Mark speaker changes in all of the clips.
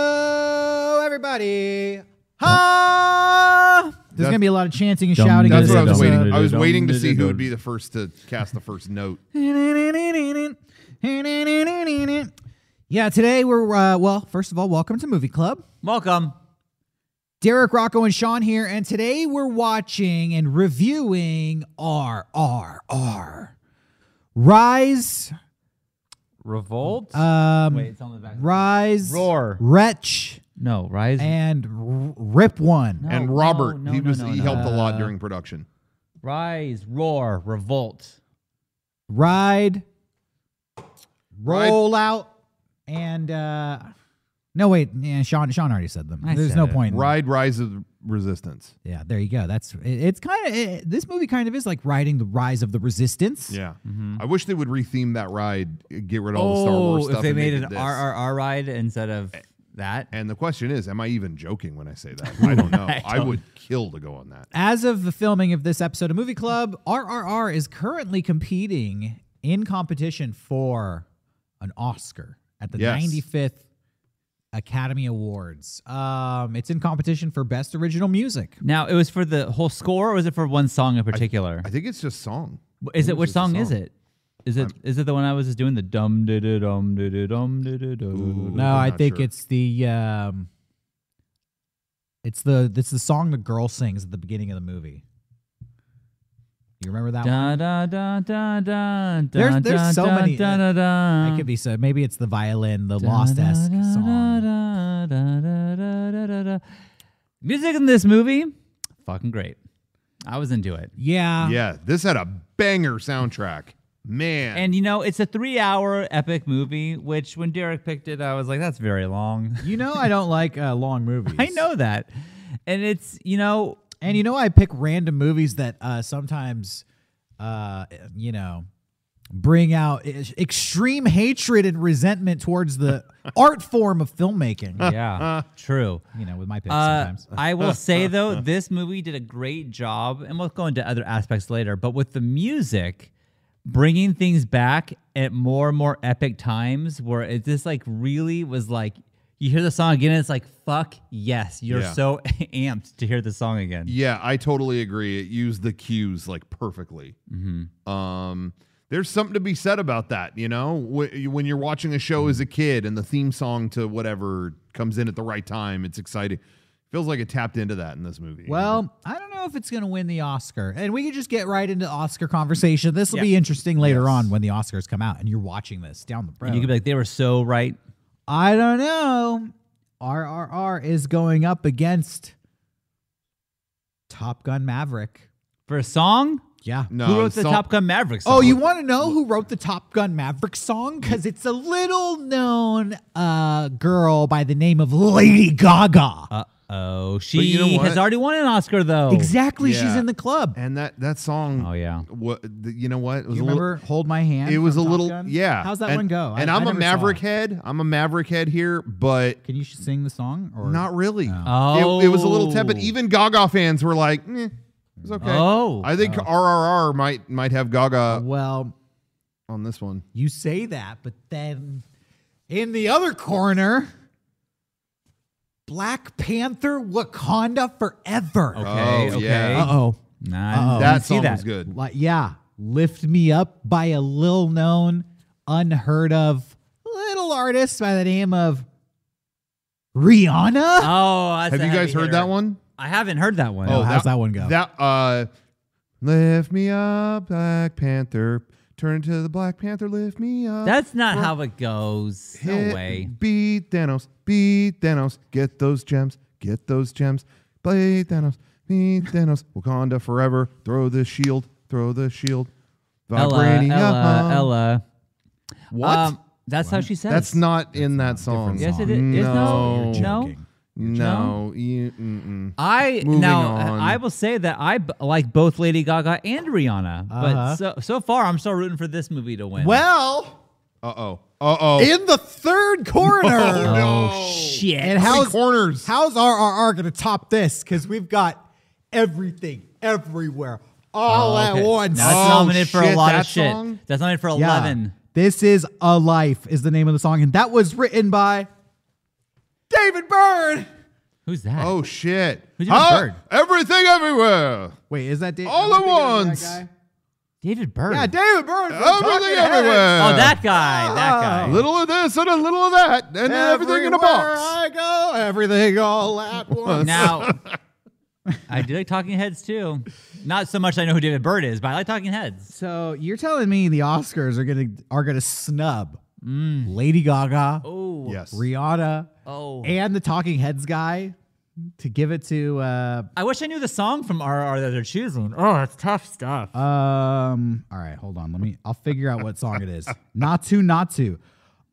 Speaker 1: Hello, everybody. Ha! There's
Speaker 2: That's-
Speaker 1: going to be a lot of chanting and
Speaker 3: Dum,
Speaker 1: shouting.
Speaker 3: dum,
Speaker 2: That's
Speaker 1: in
Speaker 2: what I
Speaker 1: this
Speaker 2: was
Speaker 3: dum,
Speaker 2: waiting.
Speaker 3: dum,
Speaker 2: I was
Speaker 3: dum,
Speaker 2: waiting to
Speaker 3: dum,
Speaker 2: see who
Speaker 3: dum.
Speaker 2: would be the first to cast the first note.
Speaker 1: episode. Yeah, today we're, uh, well, first of all, welcome to Movie Club.
Speaker 3: Welcome.
Speaker 1: Derek, Rocco, and Sean here, and today we're watching and reviewing RRR. Rise,
Speaker 3: Revolt.
Speaker 1: um,
Speaker 3: Wait, it's on the back.
Speaker 1: Rise,
Speaker 3: Roar.
Speaker 1: Wretch,
Speaker 3: No, Rise.
Speaker 1: and R- Rip One.
Speaker 3: No,
Speaker 2: and Robert,
Speaker 3: no,
Speaker 2: he
Speaker 3: no,
Speaker 2: was
Speaker 3: no,
Speaker 2: he
Speaker 3: no.
Speaker 2: helped a lot during production.
Speaker 3: Rise, roar, revolt.
Speaker 1: ride,
Speaker 2: Ride.
Speaker 1: roll out, and uh, no wait, yeah, Sean Sean already said them.
Speaker 3: I
Speaker 1: There's
Speaker 3: said
Speaker 1: no
Speaker 3: it.
Speaker 1: point. in-
Speaker 2: Ride, rise of the resistance.
Speaker 1: Yeah, there you go. That's it, it's kind of it, this movie kind of is like riding the rise of the resistance.
Speaker 2: Yeah, I wish they would retheme that ride, uh, get rid of all the Star Wars
Speaker 3: Oh,
Speaker 2: stuff.
Speaker 3: if they
Speaker 2: and make
Speaker 3: made an
Speaker 2: it this.
Speaker 3: RRR ride instead of that.
Speaker 2: And the question is, am I even joking when I say that? I don't know. I, would kill to go on that.
Speaker 1: As of the filming of this episode of Movie Club, RRR is currently competing in competition for an Oscar at the
Speaker 2: Yes.
Speaker 1: 95th Academy Awards. Um, it's in competition for Best Original Music.
Speaker 3: Now, it was for the whole score, or was it for one song in particular?
Speaker 2: I think it's just song.
Speaker 3: is
Speaker 2: think
Speaker 3: it
Speaker 2: it's
Speaker 3: which
Speaker 2: just a
Speaker 3: song, is
Speaker 2: song. Um,
Speaker 3: it? Is it is it the one I was just doing the dum da da dum da da dum da da
Speaker 2: Ooh.
Speaker 3: dum?
Speaker 1: No,
Speaker 2: I'm
Speaker 1: I
Speaker 2: not
Speaker 1: think
Speaker 2: sure.
Speaker 1: it's the um, it's the it's the song the girl sings at the beginning of the movie. You remember that one?
Speaker 3: Da da da da da.
Speaker 1: There's- there's
Speaker 3: da,
Speaker 1: so
Speaker 3: da,
Speaker 1: many-
Speaker 3: Da da da.
Speaker 1: I could be so. Maybe it's the violin, the lost esque song.
Speaker 3: Music in this movie, fucking great. I was into it.
Speaker 1: Yeah,
Speaker 2: yeah, this had a banger soundtrack. Man,
Speaker 3: And you know, it's a three hour epic movie, which when Derek picked it, I was like, that's very long.
Speaker 1: You know I don't like uh, long movies.
Speaker 3: I know that. And it's, you know,
Speaker 1: and you know I pick random movies that uh, sometimes, uh, you know, bring out e- extreme hatred and resentment towards the art form of filmmaking.
Speaker 3: yeah, true.
Speaker 1: You know, with my picks
Speaker 3: Uh,
Speaker 1: sometimes.
Speaker 3: I will say though, this movie did a great job, and we'll go into other aspects later. But with the music, bringing things back at more and more epic times, where it just like really was like you hear the song again, and it's like fuck yes, you're
Speaker 2: Yeah.
Speaker 3: so amped to hear the song again.
Speaker 2: Yeah, I totally agree. It used the cues like perfectly.
Speaker 1: Mm-hmm.
Speaker 2: Um, there's something to be said about that, you know, Wh- you- when you're watching a show
Speaker 1: Mm-hmm.
Speaker 2: as a kid and the theme song to whatever comes in at the right time, it's exciting. Feels like it tapped into that in this movie.
Speaker 1: Well, I don't know if it's going to win the Oscar, and we could just get right into Oscar conversation. This will
Speaker 3: Yeah.
Speaker 1: be interesting later
Speaker 2: Yes.
Speaker 1: on when the Oscars come out, and you're watching this down the road.
Speaker 3: And you could be like, they were so right.
Speaker 1: I don't know. RRR is going up against Top Gun Maverick.
Speaker 3: For a song,
Speaker 1: Yeah.
Speaker 2: no,
Speaker 3: who wrote the
Speaker 2: song-
Speaker 3: Top Gun Maverick song?
Speaker 1: Oh, you want to know who wrote the Top Gun Maverick song? Because it's a little known uh, girl by the name of Lady Gaga.
Speaker 3: Uh oh, she
Speaker 2: But you know
Speaker 3: has
Speaker 2: what?
Speaker 3: already won an Oscar though.
Speaker 1: exactly. She's
Speaker 2: yeah.
Speaker 1: in the club.
Speaker 2: and that that song.
Speaker 3: Oh, yeah.
Speaker 2: What the, you know? What it was
Speaker 1: You
Speaker 2: a little-
Speaker 1: remember Hold My Hand?
Speaker 2: It was a
Speaker 1: from Top
Speaker 2: little.
Speaker 1: Gun?
Speaker 2: Yeah.
Speaker 1: How's that
Speaker 2: And-
Speaker 1: one go?
Speaker 2: And
Speaker 1: I,
Speaker 2: am
Speaker 1: I never
Speaker 2: a
Speaker 1: saw
Speaker 2: Maverick
Speaker 1: it.
Speaker 2: head. I'm a Maverick head here, but
Speaker 1: Can you sing the song? Or
Speaker 2: not really.
Speaker 3: Oh,
Speaker 2: It, it was a little tepid. Even Gaga fans were like, eh, it was okay.
Speaker 3: Oh.
Speaker 2: I think RRR might might have Gaga
Speaker 1: Well,
Speaker 2: on this one.
Speaker 1: you say that, but then in the other corner, Black Panther Wakanda Forever.
Speaker 3: Okay,
Speaker 2: Oh,
Speaker 3: okay.
Speaker 2: yeah.
Speaker 1: Uh oh.
Speaker 3: Nah, I didn't
Speaker 2: that
Speaker 3: see
Speaker 2: song
Speaker 3: that.
Speaker 2: was good.
Speaker 1: Like, yeah. Lift Me Up by a little known, unheard of little artist by the name of Rihanna.
Speaker 3: Oh, that's
Speaker 2: Have
Speaker 3: a
Speaker 2: you guys
Speaker 3: heavy
Speaker 2: heard
Speaker 3: hitter.
Speaker 2: that one?
Speaker 3: I haven't heard that one.
Speaker 2: Oh.
Speaker 1: No, how's that one go?
Speaker 2: That uh, lift me up, Black Panther. Turn into the Black Panther. Lift me up.
Speaker 3: That's not how it goes.
Speaker 2: Hit-
Speaker 3: No way.
Speaker 2: Beat Eh, Thanos. Beat Thanos. Get those gems. Get those gems. Play Thanos. Beat Thanos. Wakanda forever. Throw the shield. Throw the shield.
Speaker 3: Ella,
Speaker 2: Vibranium.
Speaker 3: Ella, Ella.
Speaker 2: What?
Speaker 3: Um, that's how she says.
Speaker 2: That's not in that song.
Speaker 3: Yes, it is. Is- No,
Speaker 2: No.
Speaker 3: no.
Speaker 1: joking.
Speaker 2: No. You, mm-mm.
Speaker 3: I
Speaker 2: Moving
Speaker 3: now
Speaker 2: on.
Speaker 3: I will say that I b- like both Lady Gaga and Rihanna,
Speaker 1: Uh-huh.
Speaker 3: but so so far I'm still rooting for this movie to win.
Speaker 1: Well,
Speaker 2: Uh oh. Uh oh.
Speaker 1: in the third corner.
Speaker 2: Oh,
Speaker 3: oh
Speaker 2: no.
Speaker 3: shit!
Speaker 1: And
Speaker 2: How many
Speaker 1: how's
Speaker 2: corners?
Speaker 1: how's RRR going to top this? Because we've got everything everywhere all
Speaker 3: Oh, okay.
Speaker 1: at once.
Speaker 3: Now it's
Speaker 2: Oh,
Speaker 3: nominated for a
Speaker 2: shit,
Speaker 3: lot
Speaker 2: that
Speaker 3: of shit.
Speaker 2: song?
Speaker 3: That's nominated for
Speaker 1: Yeah.
Speaker 3: eleven.
Speaker 1: This is a life is the name of the song, and that was written by David Byrne.
Speaker 3: Who's that?
Speaker 2: Oh shit!
Speaker 3: Who's your
Speaker 2: Huh?
Speaker 3: bird?
Speaker 2: Everything everywhere.
Speaker 1: Wait, is that David?
Speaker 2: All at once.
Speaker 3: David Byrne.
Speaker 1: Yeah, David Byrne. from
Speaker 2: Everything
Speaker 1: Talking Heads.
Speaker 2: everywhere.
Speaker 3: Oh, that guy. That guy.
Speaker 2: Little of this and a little of that, and then everything in a
Speaker 1: Everywhere
Speaker 2: box.
Speaker 1: I go, everything all at once.
Speaker 3: Now, I do like Talking Heads too. Not so much I know who David Byrne is, but I like Talking Heads.
Speaker 1: So you're telling me the Oscars are gonna are gonna snub Lady Gaga,
Speaker 3: Mm. Oh.
Speaker 2: Yes.
Speaker 1: Rihanna,
Speaker 3: Oh.
Speaker 1: and the Talking Heads guy to give it to uh
Speaker 3: I wish I knew the song from RR that they're choosing. Uh, Oh, that's tough stuff.
Speaker 1: um all right, hold on. Let me I'll figure out what song it is. Not to not to.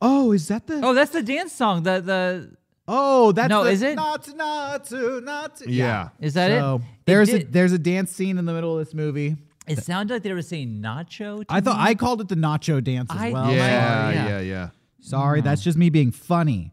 Speaker 1: Oh, is that the
Speaker 3: oh, that's the dance song. The the
Speaker 1: Oh, that's
Speaker 3: No,
Speaker 1: the,
Speaker 3: is it?
Speaker 1: not to not to not to
Speaker 2: Yeah.
Speaker 3: is that
Speaker 1: So
Speaker 3: it?
Speaker 1: there's
Speaker 3: it
Speaker 1: a
Speaker 3: did-
Speaker 1: there's a dance scene in the middle of this movie.
Speaker 3: it sounded like they were saying nacho. To
Speaker 1: I thought
Speaker 3: me.
Speaker 1: I called it the nacho dance as
Speaker 3: Mm-hmm. I-
Speaker 1: well.
Speaker 2: Yeah,
Speaker 3: yeah.
Speaker 2: yeah, yeah,
Speaker 1: Sorry, that's just me being funny.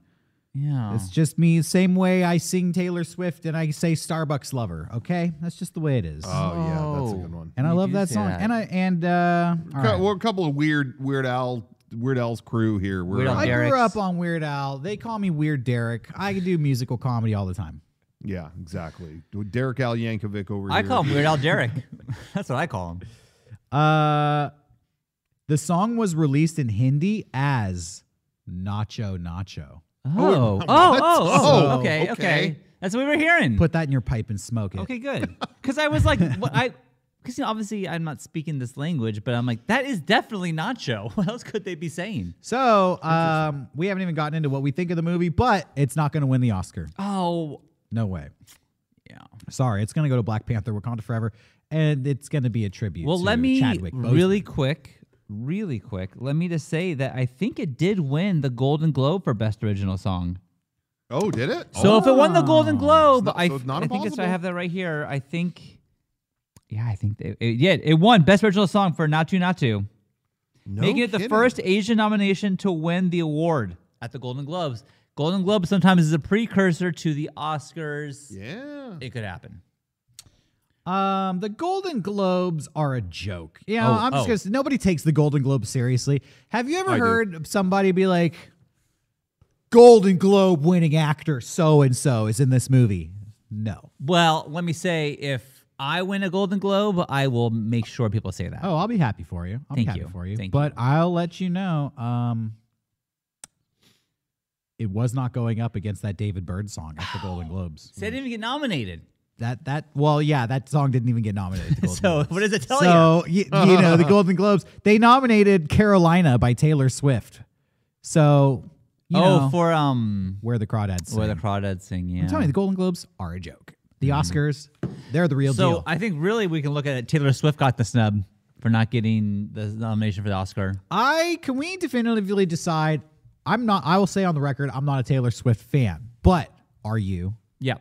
Speaker 3: Yeah.
Speaker 1: It's just me, same way I sing Taylor Swift and I say Starbucks lover. Okay, that's just the way it is.
Speaker 2: Oh yeah, that's a good one.
Speaker 1: and I
Speaker 3: you
Speaker 1: love
Speaker 3: do
Speaker 1: that
Speaker 3: say
Speaker 1: song.
Speaker 3: that.
Speaker 1: And I and uh, all
Speaker 2: Cou-
Speaker 1: right.
Speaker 2: We're a couple of weird Weird Al Weird Al's crew here. We're
Speaker 3: Weird Al
Speaker 2: uh,
Speaker 1: I
Speaker 3: Derek's.
Speaker 1: grew up on Weird Al. They call me Weird Derek. I do musical comedy all the time.
Speaker 2: yeah, exactly. Derek Al Yankovic over
Speaker 3: I
Speaker 2: here.
Speaker 3: call him Weird Al Derek. that's what I call him.
Speaker 1: Uh, the song was released in Hindi as Nacho Nacho.
Speaker 3: Oh. Oh, oh, oh,
Speaker 2: Oh,
Speaker 3: okay, okay,
Speaker 2: okay.
Speaker 3: That's what we were hearing.
Speaker 1: Put that in your pipe and smoke it.
Speaker 3: okay, good. Because I was like, what, I. Because you know, obviously I'm not speaking this language, but I'm like, that is definitely nacho. What else could they be saying?
Speaker 1: So um, we haven't even gotten into what we think of the movie, but it's not going to win the Oscar.
Speaker 3: Oh,
Speaker 1: No way.
Speaker 3: yeah.
Speaker 1: Sorry, it's going to go to Black Panther, Wakanda Forever, and it's going to be a tribute.
Speaker 3: Well,
Speaker 1: to
Speaker 3: let me
Speaker 1: Chadwick Boseman.
Speaker 3: really quick, really quick. Let me just say that I think it did win the Golden Globe for Best Original Song.
Speaker 2: Oh, did it?
Speaker 3: So if it won the Golden Globe,
Speaker 2: not-
Speaker 3: I,
Speaker 2: so Oh. it's not
Speaker 3: I think it's, I
Speaker 2: impossible?
Speaker 3: have that right here. I think, yeah, I think they, it, yeah, it won Best Original Song for Natu Natu,
Speaker 2: No
Speaker 3: making it the
Speaker 2: kidding.
Speaker 3: first Asian nomination to win the award at the Golden Globes. Golden Globe sometimes is a precursor to the Oscars.
Speaker 2: Yeah.
Speaker 3: It could happen.
Speaker 1: Um, the Golden Globes are a joke. Yeah,
Speaker 3: Oh,
Speaker 1: I'm just
Speaker 3: oh.
Speaker 1: gonna. Say, nobody takes the Golden Globe seriously. Have you ever
Speaker 2: I do.
Speaker 1: heard somebody be like, "Golden Globe winning actor so and so is in this movie"? No.
Speaker 3: Well, let me say, if I win a Golden Globe, I will make sure people say that.
Speaker 1: Oh, I'll be happy for you. I'll
Speaker 3: Thank
Speaker 1: be happy
Speaker 3: you.
Speaker 1: for you.
Speaker 3: Thank
Speaker 1: but I'll let you know. Um, it was not going up against that David Byrne song at the Golden Globes.
Speaker 3: So they didn't even get nominated.
Speaker 1: That that well, yeah, that song didn't even get nominated. at the Golden
Speaker 3: So
Speaker 1: Globes.
Speaker 3: what does it tell you?
Speaker 1: so you, you know the golden globes they nominated carolina by taylor swift so you
Speaker 3: oh,
Speaker 1: know
Speaker 3: for um,
Speaker 1: where the crawdads sing.
Speaker 3: where the crawdads sing. Yeah. Mm-hmm.
Speaker 1: i'm telling you the golden globes are a joke the oscars they're the real
Speaker 3: so
Speaker 1: deal I,
Speaker 3: I think really we can look at it. Taylor Swift got the snub for not getting the nomination for the Oscar.
Speaker 1: can we definitively decide i'm not i will say on the record i'm not a taylor swift fan but are you
Speaker 3: Yeah.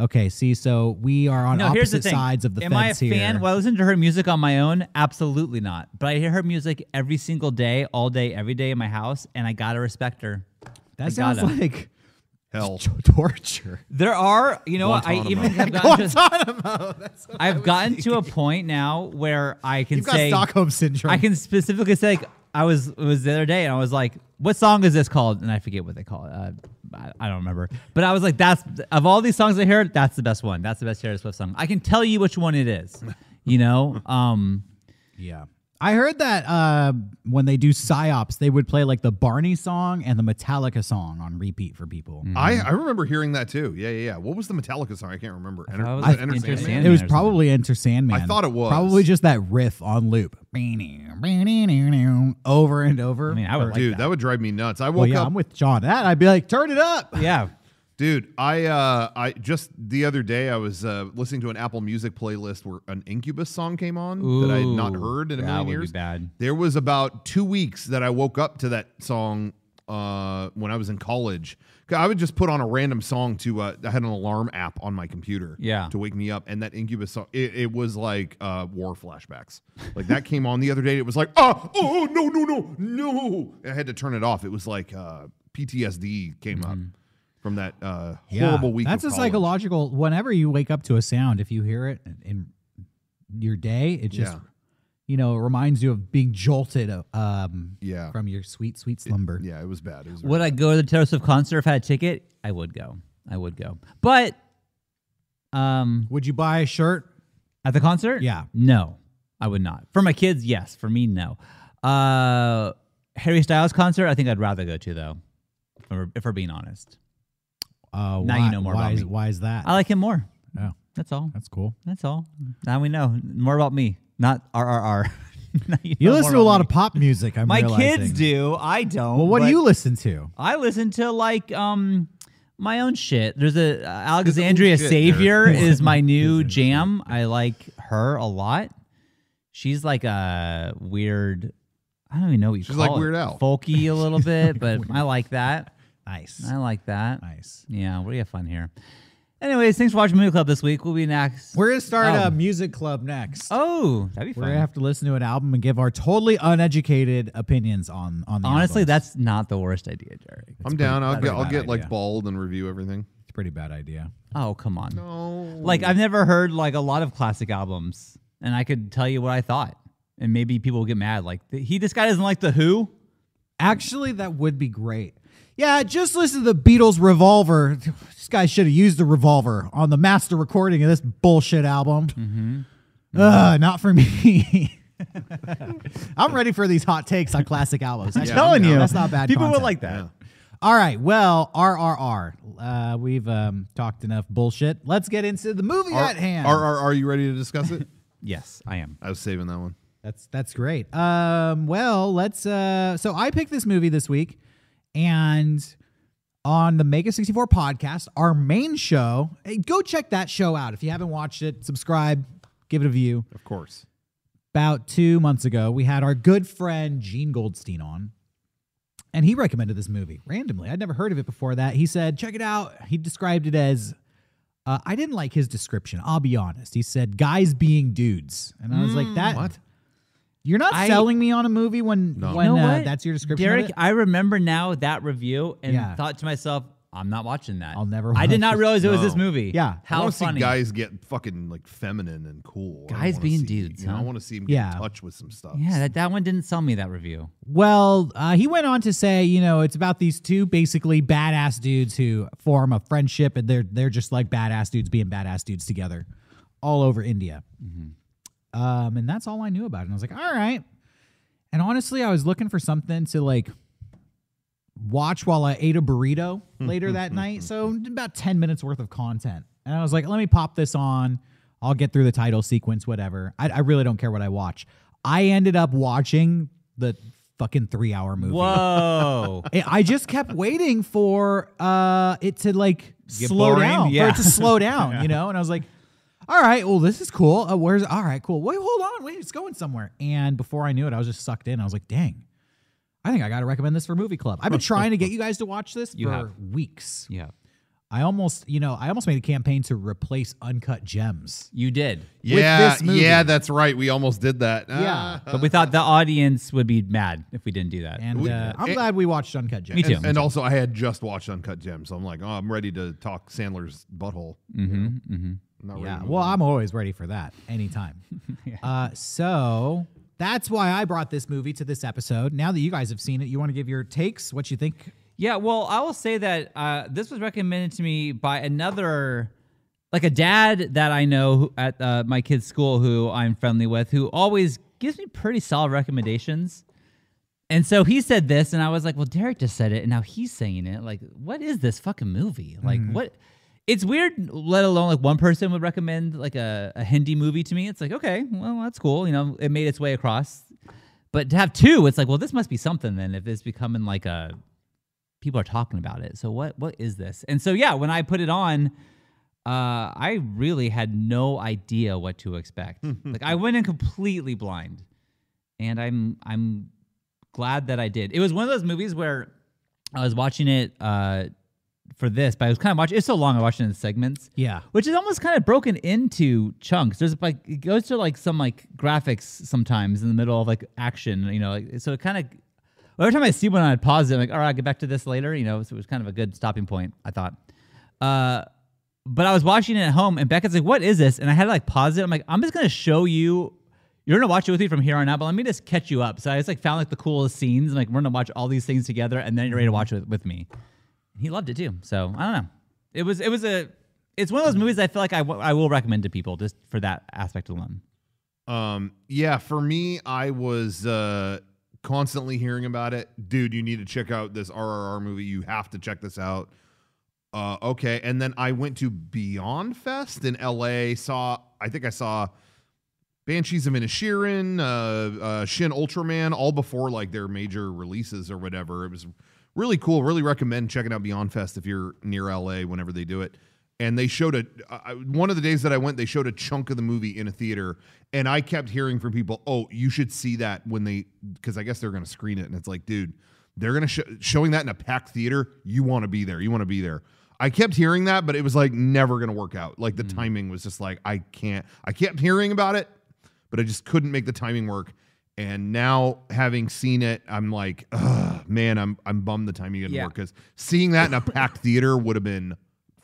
Speaker 1: okay see so we are on
Speaker 3: No,
Speaker 1: opposite
Speaker 3: here's the thing.
Speaker 1: sides of the
Speaker 3: Am I a
Speaker 1: fence here
Speaker 3: fan? Well, I listen to her music on my own. Absolutely not. But I hear her music every single day, all day, every day in my house, and I gotta respect her. I
Speaker 1: that sounds
Speaker 3: gotta.
Speaker 1: like
Speaker 2: Hell.
Speaker 1: torture
Speaker 3: There are, you know, what, I
Speaker 2: Guantanamo.
Speaker 3: even have gotten to, I've gotten to a point now where I can
Speaker 1: you've got
Speaker 3: say
Speaker 1: stockholm syndrome
Speaker 3: I can specifically say like, I was it was the other day and I was like, "What song is this called?" And I forget what they call it. Uh, I, I don't remember. But I was like, "That's of all these songs I heard, that's the best one. That's the best Taylor Swift song. I can tell you which one it is." You know, um,
Speaker 1: Yeah. I heard that uh, when they do psyops, they would play like the Barney song and the Metallica song on repeat for people.
Speaker 3: Mm.
Speaker 1: Uh,
Speaker 2: I, I remember hearing that too. Yeah, yeah, yeah. What was the Metallica song? I can't remember. Enter-
Speaker 3: thought it was
Speaker 2: was it
Speaker 3: like
Speaker 2: Enter
Speaker 3: Enter
Speaker 2: Sandman?
Speaker 3: Sandman.
Speaker 1: It was
Speaker 3: there's
Speaker 1: probably Enter Sandman.
Speaker 2: I thought it was.
Speaker 1: probably just that riff on loop, over and over.
Speaker 3: I mean, I would like
Speaker 2: Dude, that. would drive me nuts. I woke
Speaker 1: well, yeah,
Speaker 2: up
Speaker 1: I'm with John. That I'd be like, turn it up.
Speaker 3: yeah.
Speaker 2: Dude, I uh, I just the other day I was uh, listening to an Apple Music playlist where an Incubus song came on that I had not
Speaker 3: Ooh,
Speaker 2: heard in a
Speaker 3: that
Speaker 2: million
Speaker 3: would be
Speaker 2: years.
Speaker 3: bad.
Speaker 2: There was about two weeks that I woke up to that song uh, when I was in college. 'Cause I would just put on a random song to. Uh, I had an alarm app on my computer,
Speaker 3: Yeah.
Speaker 2: to wake me up. And that Incubus song, it, it was like uh, war flashbacks. Like that came on the other day. It was like, oh, oh, no, no, no, no. And I had to turn it off. It was like uh, PTSD came up from that uh, horrible week.
Speaker 1: Mm-hmm. That's
Speaker 2: of
Speaker 1: a
Speaker 2: college.
Speaker 1: psychological. Whenever you wake up to a sound, if you hear it in, in your day, it just
Speaker 2: Yeah.
Speaker 1: you know, reminds you of being jolted uh, um,
Speaker 2: Yeah.
Speaker 1: from your sweet, sweet slumber.
Speaker 2: Yeah, it was bad. It was
Speaker 3: Would I go to the Taylor Swift concert if I had a ticket? I would go. I would go. But um
Speaker 1: Would you buy a shirt?
Speaker 3: at the concert?
Speaker 1: Yeah.
Speaker 3: No. I would not. For my kids, yes. For me, no. Uh Harry Styles concert, I think I'd rather go to though. If we're, if we're being honest.
Speaker 1: Uh,
Speaker 3: Now
Speaker 1: why,
Speaker 3: you know more
Speaker 1: why
Speaker 3: about
Speaker 1: is,
Speaker 3: me. Uh,
Speaker 1: Why is that?
Speaker 3: I like him more.
Speaker 1: oh,
Speaker 3: That's all.
Speaker 1: that's cool.
Speaker 3: That's all. Now we know more about me, not RRR. Now
Speaker 1: You
Speaker 3: know
Speaker 1: listen
Speaker 3: more
Speaker 1: to a
Speaker 3: about
Speaker 1: lot
Speaker 3: me.
Speaker 1: of pop music. I'm
Speaker 3: My
Speaker 1: realizing.
Speaker 3: kids do. I don't.
Speaker 1: Well, what
Speaker 3: but
Speaker 1: do you listen to?
Speaker 3: I listen to like um my own shit. There's a uh, Alexandria
Speaker 2: shit,
Speaker 3: Savior is my new jam. I like her a lot. She's like a weird. I don't even know what you
Speaker 2: She's
Speaker 3: call
Speaker 2: like
Speaker 3: it.
Speaker 2: Weird Al.
Speaker 3: folky a little bit, but I like that.
Speaker 1: Nice.
Speaker 3: I like that.
Speaker 1: Nice.
Speaker 3: Yeah, we have fun here. Anyways, thanks for watching Movie Club this week. We'll be next.
Speaker 1: We're gonna start
Speaker 3: Oh.
Speaker 1: a music club next.
Speaker 3: oh, that'd be
Speaker 1: We're
Speaker 3: fun.
Speaker 1: gonna have to listen to an album and give our totally uneducated opinions on on. The
Speaker 3: Honestly,
Speaker 1: album.
Speaker 3: that's not the worst idea, Derek.
Speaker 2: I'm down. I'll
Speaker 1: that's
Speaker 2: get
Speaker 1: a
Speaker 2: I'll
Speaker 1: bad
Speaker 2: get like
Speaker 1: idea.
Speaker 2: bald and review everything.
Speaker 1: it's a pretty bad idea.
Speaker 3: Oh, come on.
Speaker 2: No.
Speaker 3: Like I've never heard like a lot of classic albums, and I could tell you what I thought, and maybe people will get mad. Like th- he, this guy doesn't like the Who.
Speaker 1: Actually, that would be great. Yeah, just listen to the Beatles' Revolver. This guy should have used the revolver on the master recording of this bullshit album. Mm-hmm. Ugh, not for me. I'm ready for these hot takes on classic albums. I'm
Speaker 2: telling you.
Speaker 1: that's not bad.
Speaker 3: People
Speaker 1: content.
Speaker 3: will like that.
Speaker 1: All right, well, RRR. Uh, we've um, talked enough bullshit. Let's get into the movie
Speaker 2: Are,
Speaker 1: at hand.
Speaker 2: Are, are, are you ready to discuss it?
Speaker 3: Yes, I am.
Speaker 2: I was saving that one.
Speaker 1: That's that's great. Um, well, let's. Uh, so I picked this movie this week, and on the Mega sixty four podcast, our main show. Hey, go check that show out if you haven't watched it. Subscribe, give it a view.
Speaker 2: Of course.
Speaker 1: About two months ago, we had our good friend Gene Goldstein on, and he recommended this movie randomly. I'd never heard of it before that. He said, "Check it out." He described it as. Uh, I didn't like his description. I'll be honest. He said, "Guys being dudes," and I was like, "That
Speaker 2: What?
Speaker 1: you're not
Speaker 3: Hmm. I-
Speaker 1: selling me on a movie when
Speaker 2: No.
Speaker 1: when
Speaker 3: You know
Speaker 1: uh,
Speaker 3: what?
Speaker 1: that's your description. of
Speaker 3: Derek,
Speaker 1: it?
Speaker 3: I remember now that review and
Speaker 1: Yeah.
Speaker 3: thought to myself, I'm not watching that.
Speaker 1: I'll never
Speaker 3: I did
Speaker 1: watch
Speaker 3: not
Speaker 1: this.
Speaker 3: realize it was this
Speaker 2: No.
Speaker 3: movie.
Speaker 1: Yeah.
Speaker 2: I
Speaker 3: how
Speaker 2: want to see
Speaker 3: funny.
Speaker 2: guys get fucking like feminine and cool. I
Speaker 3: Guys
Speaker 2: wanna
Speaker 3: being
Speaker 2: see-
Speaker 3: dudes,
Speaker 2: you know,
Speaker 3: huh?
Speaker 2: I want to see him get
Speaker 1: Yeah.
Speaker 2: in touch with some stuff.
Speaker 3: Yeah, that, that one didn't sell me that review.
Speaker 1: well, uh, he went on to say, you know, it's about these two basically badass dudes who form a friendship, and they're they're just like badass dudes being badass dudes together, all over India. Um, and that's all I knew about it. And I was like, all right. And honestly, I was looking for something to like watch while I ate a burrito later that night. So about 10 minutes worth of content. And I was like, let me pop this on. I'll get through the title sequence, whatever. I, I really don't care what I watch. I ended up watching the fucking three hour movie.
Speaker 3: Whoa.
Speaker 1: I- I just kept waiting for uh it to like
Speaker 3: Get
Speaker 1: slow
Speaker 3: boring?
Speaker 1: down,
Speaker 3: Yeah.
Speaker 1: for it to slow down, you know. And I was like, "All right, well, this is cool. Uh, where's all right, cool. Wait, hold on, wait, it's going somewhere." And before I knew it, I was just sucked in. I was like, "Dang, I think I got to recommend this for Movie Club." I've been trying to get you guys to watch this
Speaker 3: You
Speaker 1: for
Speaker 3: have.
Speaker 1: weeks.
Speaker 3: yeah,
Speaker 1: I almost, you know, I almost made a campaign to replace Uncut Gems.
Speaker 3: you did.
Speaker 2: Yeah,
Speaker 1: this movie.
Speaker 2: yeah, that's right. We almost did that. Ah.
Speaker 3: But we thought the audience would be mad if we didn't do that.
Speaker 1: And
Speaker 2: We-
Speaker 1: uh, I'm
Speaker 2: it-
Speaker 1: glad we watched Uncut Gems.
Speaker 3: Me too.
Speaker 2: And, and also, I had just watched Uncut Gems, so I'm like, oh, I'm ready to talk Sandler's butthole.
Speaker 3: mm-hmm, mm-hmm.
Speaker 2: I'm not
Speaker 1: Yeah.
Speaker 2: ready to move
Speaker 1: Well,
Speaker 2: on.
Speaker 1: I'm always ready for that anytime. uh, so that's why I brought this movie to this episode. Now that you guys have seen it, you want to give your takes, what you think?
Speaker 3: Yeah, well, I will say that uh, this was recommended to me by another, like a dad that I know who, at uh, my kid's school who I'm friendly with, who always gives me pretty solid recommendations. And so he said this, and I was like, "Well, Derek just said it, and now he's saying it. Like, what is this fucking movie? Like, what?" It's weird, let alone like one person would recommend like a, a Hindi movie to me. It's like, okay, well, that's cool. You know, it made its way across. But to have two, it's like, well, this must be something then if it's becoming like a people are talking about it. So what what is this? And so yeah, when I put it on, uh, I really had no idea what to expect. like I went in completely blind, and I'm I'm glad that I did. It was one of those movies where I was watching it uh, for this, but I was kind of watching. It's so long. I watched it in segments
Speaker 1: Yeah.
Speaker 3: which is almost kind of broken into chunks. There's like it goes to like some like graphics sometimes in the middle of like action, you know. Like, so it kind of every time I see one, I'd pause it. I'm like, all right, I'll get back to this later, you know. So it was kind of a good stopping point, I thought. Uh, but I was watching it at home, and Becca's like, "What is this?" And I had to like pause it. I'm like, "I'm just gonna show you." you're gonna watch it with me from here on out, but let me just catch you up. So I just like found like the coolest scenes, and like we're gonna watch all these things together, and then you're ready to watch it with me. He loved it too. So I don't know. It was it was a it's one of those movies I feel like I, w- I will recommend to people just for that aspect alone.
Speaker 2: Um, yeah, for me, I was uh, constantly hearing about it. Dude, you need to check out this RRR movie. You have to check this out. Uh, okay, and then I went to Beyond Fest in LA. Saw, I think I saw Banshees of Inisherin, uh, uh, Shin Ultraman, all before like their major releases or whatever. It was really cool. Really recommend checking out Beyond Fest if you're near LA whenever they do it. And they showed a I- I- one of the days that I went, they showed a chunk of the movie in a theater, and I kept hearing from people, "Oh, you should see that when they," because I guess they're going to screen it. And it's like, dude, they're going to show showing that in a packed theater. You want to be there. You want to be there. I kept hearing that, but it was like never going to work out. Like the
Speaker 3: Mm-hmm.
Speaker 2: timing was just like I can't. I kept hearing about it but I just couldn't make the timing work. And now having seen it, I'm like, Ugh, man, I'm I'm bummed the timing didn't
Speaker 3: Yeah.
Speaker 2: work because seeing that in a packed theater would have been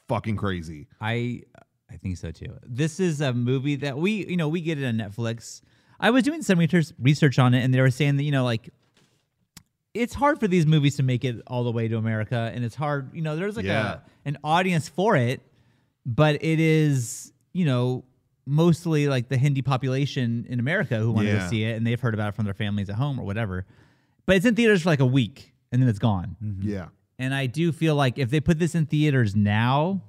Speaker 2: fucking crazy.
Speaker 3: I I think so too. This is a movie that we you know we get it on Netflix. I was doing some research research on it, and they were saying that you know like it's hard for these movies to make it all the way to America, and it's hard you know there's like
Speaker 2: Yeah.
Speaker 3: a an audience for it, but it is you know mostly like the Hindi population in America who wanted
Speaker 2: Yeah.
Speaker 3: to see it, and they've heard about it from their families at home or whatever. But it's in theaters for like a week, and then it's gone.
Speaker 2: Yeah,
Speaker 3: And I do feel like if they put this in theaters now,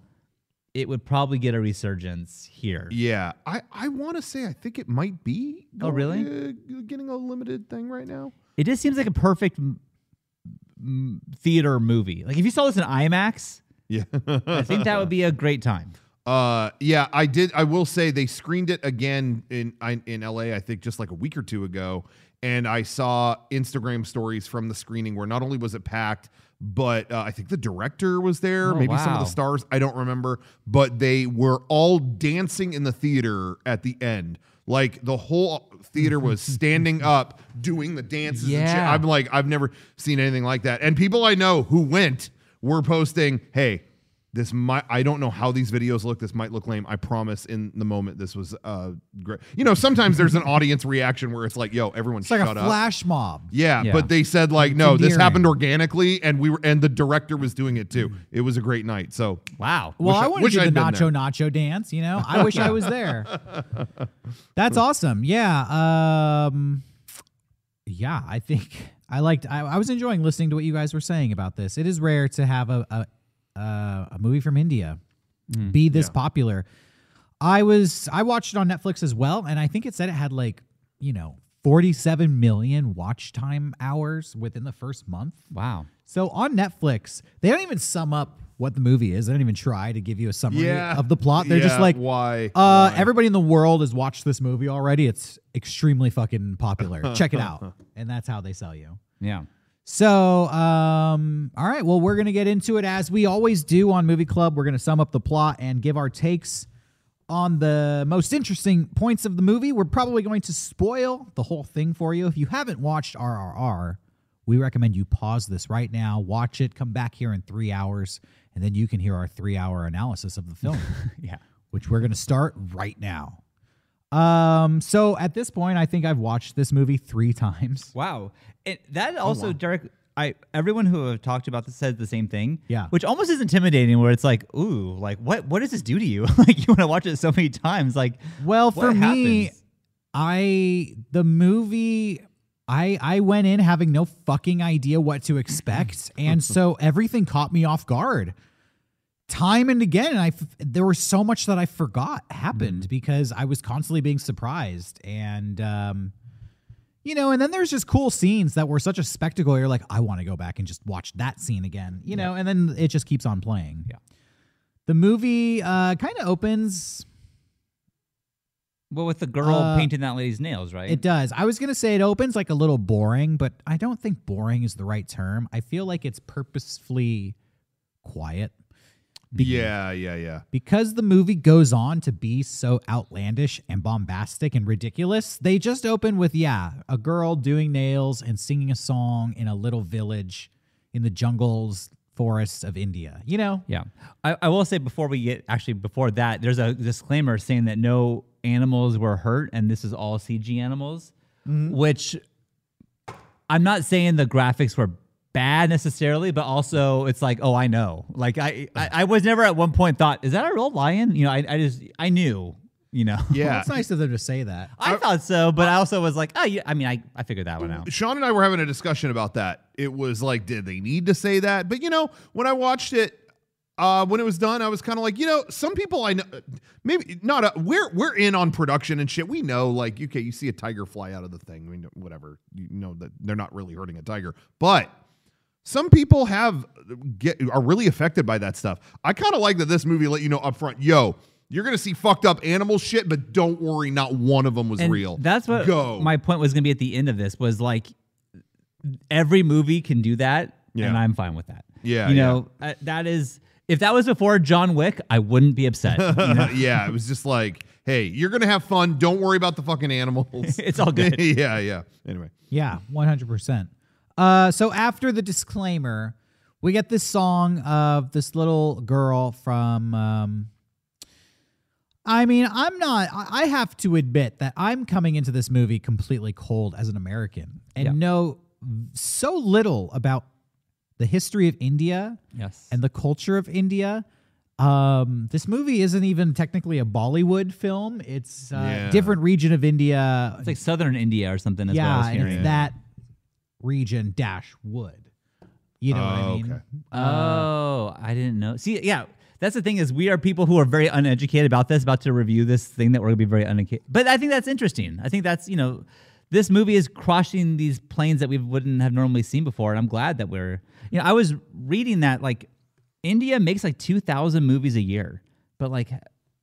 Speaker 3: it would probably get a resurgence here.
Speaker 2: yeah. I I want to say I think it might be.
Speaker 3: Oh, really?
Speaker 2: to- getting a limited thing right now.
Speaker 3: It just seems like a perfect m- m- theater movie. Like if you saw this in IMAX,
Speaker 2: Yeah.
Speaker 3: I think that would be a great time.
Speaker 2: Uh, yeah, I did. I will say they screened it again in I- in LA. I think just like a week or two ago, and I saw Instagram stories from the screening where not only was it packed, but uh, I think the director was there,
Speaker 3: Oh,
Speaker 2: maybe some of
Speaker 3: wow.
Speaker 2: the stars. I don't remember, but they were all dancing in the theater at the end. Like the whole theater was standing up doing the dances. And shit.
Speaker 3: Yeah.
Speaker 2: I'm like, I've never seen anything like that. And people I know who went were posting, hey, this might, I don't know how these videos look. This might look lame. I promise in the moment this was uh, great. You know, sometimes there's an audience reaction where it's like, yo, everyone
Speaker 1: It's like
Speaker 2: shut
Speaker 1: a
Speaker 2: up.
Speaker 1: flash mob.
Speaker 2: Yeah,
Speaker 3: Yeah.
Speaker 2: but they said like no, this
Speaker 1: endearing.
Speaker 2: happened organically, and we were and the director was doing it too. It was a great night. So
Speaker 3: Wow.
Speaker 1: Well,
Speaker 2: Wish I-
Speaker 1: I want
Speaker 2: wish
Speaker 1: to do
Speaker 2: I'd
Speaker 1: the nacho
Speaker 2: been
Speaker 1: nacho dance. You know, I wish I was there. That's awesome. Yeah. Um, yeah, I think I liked. I, I was enjoying listening to what you guys were saying about this. It is rare to have a a, uh, a movie from India be this
Speaker 2: Mm, Yeah.
Speaker 1: popular. I was I watched it on Netflix as well, and I think it said it had like you know forty seven million watch time hours within the first month.
Speaker 3: Wow.
Speaker 1: So on Netflix, they don't even sum up what the movie is. They don't even try to give you a summary of the plot. They're just
Speaker 2: Yeah,
Speaker 1: like,
Speaker 2: why?
Speaker 1: uh,
Speaker 2: Why?
Speaker 1: everybody in the world has watched this movie already. It's extremely fucking popular. Check it out. And that's how they sell you.
Speaker 3: Yeah.
Speaker 1: So, um, all right. Well, we're going to get into it as we always do on Movie Club. We're going to sum up the plot and give our takes on the most interesting points of the movie. We're probably going to spoil the whole thing for you. If you haven't watched RRR, we recommend you pause this right now, watch it, come back here in three hours, and then you can hear our three hour analysis of the film
Speaker 3: Yeah.
Speaker 1: which we're going to start right now. Um, so at this point, I think I've watched this movie three times.
Speaker 3: Wow. And that
Speaker 1: Oh,
Speaker 3: also, Derek, I everyone who have talked about this said the same thing.
Speaker 1: Yeah.
Speaker 3: Which almost is intimidating where it's like, ooh, like what what does this do to you? like you want to watch it so many times. Like
Speaker 1: Well,
Speaker 3: what
Speaker 1: for me,
Speaker 3: happens?
Speaker 1: I the movie I I went in having no fucking idea what to expect, and so everything caught me off guard. Time and again, and I f- there was so much that I forgot happened because I was constantly being surprised, and um, you know, and then there's just cool scenes that were such a spectacle. You're like, I want to go back and just watch that scene again, you know, and then it just keeps on playing.
Speaker 3: Yeah.
Speaker 1: the movie uh, kind of opens
Speaker 3: Well, with the girl
Speaker 1: Uh,
Speaker 3: painting that lady's nails, right?
Speaker 1: It does. I was going to say it opens like a little boring, but I don't think boring is the right term. I feel like it's purposefully quiet
Speaker 2: yeah, yeah, yeah.
Speaker 1: because the movie goes on to be so outlandish and bombastic and ridiculous. They just open with, yeah, a girl doing nails and singing a song in a little village in the jungles forests of India. You know,
Speaker 3: Yeah. I, I will say before we get actually before that, there's a disclaimer saying that no animals were hurt and this is all CG animals, which I'm not saying the graphics were bad necessarily, but also it's like, oh, I know. Like I, I, I was never at one point thought, is that a real lion? You know, I, I just, I knew, you know.
Speaker 2: Yeah.
Speaker 1: it's nice of them to say that.
Speaker 3: I thought so, but I also was like, oh, yeah. I mean, I, I figured that one out.
Speaker 2: Sean and I were having a discussion about that. It was like, did they need to say that? But you know, when I watched it, uh, when it was done, I was kind of like, you know, some people I know, maybe not. A, we're we're in on production and shit. We know, like, okay, you see a tiger fly out of the thing. I mean, whatever. You know that they're not really hurting a tiger, but some people have get are really affected by that stuff. I kind of like that this movie let you know up front, yo. You're gonna see fucked up animal shit, but don't worry, not one of them was
Speaker 3: And
Speaker 2: real.
Speaker 3: That's what
Speaker 2: go.
Speaker 3: my point was going to be at the end of this was like every movie can do that,
Speaker 2: Yeah.
Speaker 3: and I'm fine with that.
Speaker 2: Yeah,
Speaker 3: you know uh, that is if that was before John Wick, I wouldn't be upset. you know?
Speaker 2: yeah, it was just like, hey, you're gonna have fun. Don't worry about the fucking animals.
Speaker 3: It's all good.
Speaker 2: yeah, yeah. Anyway,
Speaker 1: Yeah, 100%. Uh, so after the disclaimer, we get this song of this little girl from. Um, I mean, I'm not, I I have to admit that I'm coming into this movie completely cold as an American and
Speaker 3: Yeah.
Speaker 1: know so little about the history of India
Speaker 3: Yes,
Speaker 1: and the culture of India. Um, this movie isn't even technically a Bollywood film. It's uh,
Speaker 2: Yeah.
Speaker 1: different region of India,
Speaker 3: it's like Southern India or something. As
Speaker 1: yeah,
Speaker 3: well as
Speaker 1: and it's
Speaker 3: hearing.
Speaker 1: that region dash wood. You know what I
Speaker 2: Oh,
Speaker 1: mean?
Speaker 2: okay.
Speaker 3: Uh, oh, I didn't know. See, yeah. That's the thing is we are people who are very uneducated about this, about to review this thing that we're gonna be very uneducated. But I think that's interesting. I think that's you know, this movie is crossing these planes that we wouldn't have normally seen before, and I'm glad that we're you know I was reading that like India makes like two thousand movies a year, but like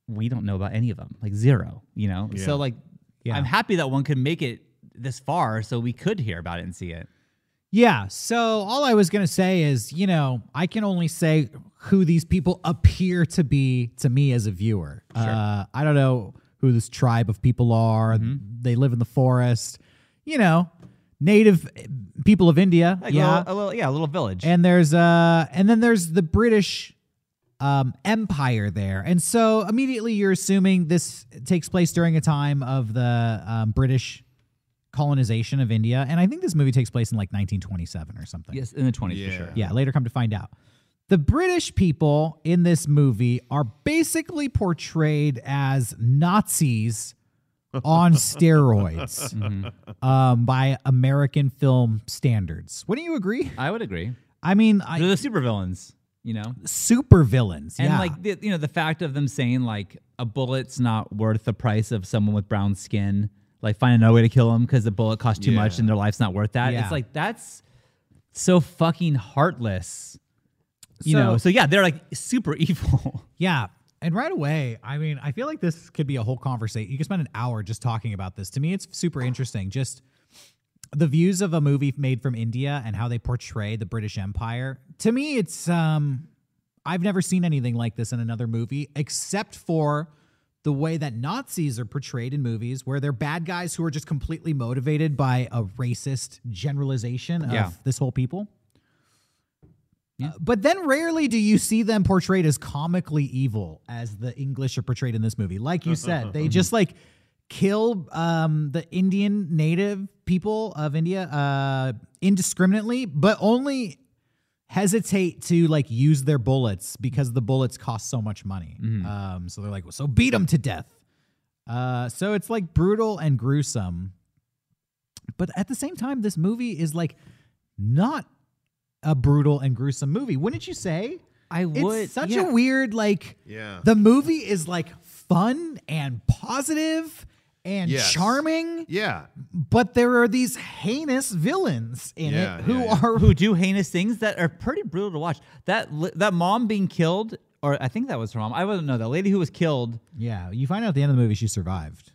Speaker 3: we don't know about any of them, like zero. You know, so like
Speaker 1: Yeah.
Speaker 3: I'm happy that one could make it this far, so we could hear about it and see it.
Speaker 1: Yeah. So all I was gonna say is, you know, I can only say who these people appear to be to me as a viewer. Uh, I don't know who this tribe of people are.
Speaker 3: Mm-hmm.
Speaker 1: They live in the forest. You know, native eh, people of India.
Speaker 3: Like
Speaker 1: yeah.
Speaker 3: a little, a little yeah, a little village.
Speaker 1: and there's uh and then there's the british um empire there and so immediately you're assuming this takes place during a time of the um, british colonization of india and i think this movie takes place in like 1927 or something
Speaker 3: yes, in the twenties for
Speaker 2: Yeah.
Speaker 3: sure.
Speaker 1: yeah later come to find out the british people in this movie are basically portrayed as nazis on steroids um, by american film standards wouldn't you agree
Speaker 3: I would agree.
Speaker 1: i mean I,
Speaker 3: They're the supervillains, you know?
Speaker 1: super villains.
Speaker 3: And
Speaker 1: yeah.
Speaker 3: like, the, you know, the fact of them saying, like, a bullet's not worth the price of someone with brown skin, like, find another way to kill them because the bullet costs too much
Speaker 2: Yeah.
Speaker 3: and their life's not worth that.
Speaker 1: Yeah.
Speaker 3: It's like, that's so fucking heartless, you
Speaker 1: So-
Speaker 3: know? So, yeah, they're like super evil.
Speaker 1: yeah. And right away, I mean, I feel like this could be a whole conversation. You could spend an hour just talking about this. To me, it's super interesting. Just the views of a movie made from India and how they portray the British Empire. To me, it's um I've never seen anything like this in another movie except for the way that Nazis are portrayed in movies where they're bad guys who are just completely motivated by a racist generalization of
Speaker 3: Yeah.
Speaker 1: this whole people. Uh, But then rarely do you see them portrayed as comically evil as the English are portrayed in this movie. Like you said, they just like kill um, the Indian native people of India uh, indiscriminately, but only hesitate to like use their bullets because the bullets cost so much money.
Speaker 3: Mm-hmm.
Speaker 1: Um, so they're like, so beat them to death. Uh, so it's like brutal and gruesome, but at the same time, this movie is like not a brutal and gruesome movie, wouldn't you say?
Speaker 3: I
Speaker 1: It's
Speaker 3: would.
Speaker 1: such
Speaker 3: yeah.
Speaker 1: a weird like.
Speaker 2: yeah.
Speaker 1: The movie is like fun and positive and
Speaker 2: Yes.
Speaker 1: charming,
Speaker 2: yeah.
Speaker 1: but there are these heinous villains in
Speaker 2: Yeah,
Speaker 1: it who
Speaker 2: yeah, yeah.
Speaker 1: are
Speaker 3: Who do heinous things that are pretty brutal to watch. That li- that mom being killed, or I think that was her mom. I wasn't know. The lady who was killed.
Speaker 1: Yeah, you find out at the end of the movie she survived.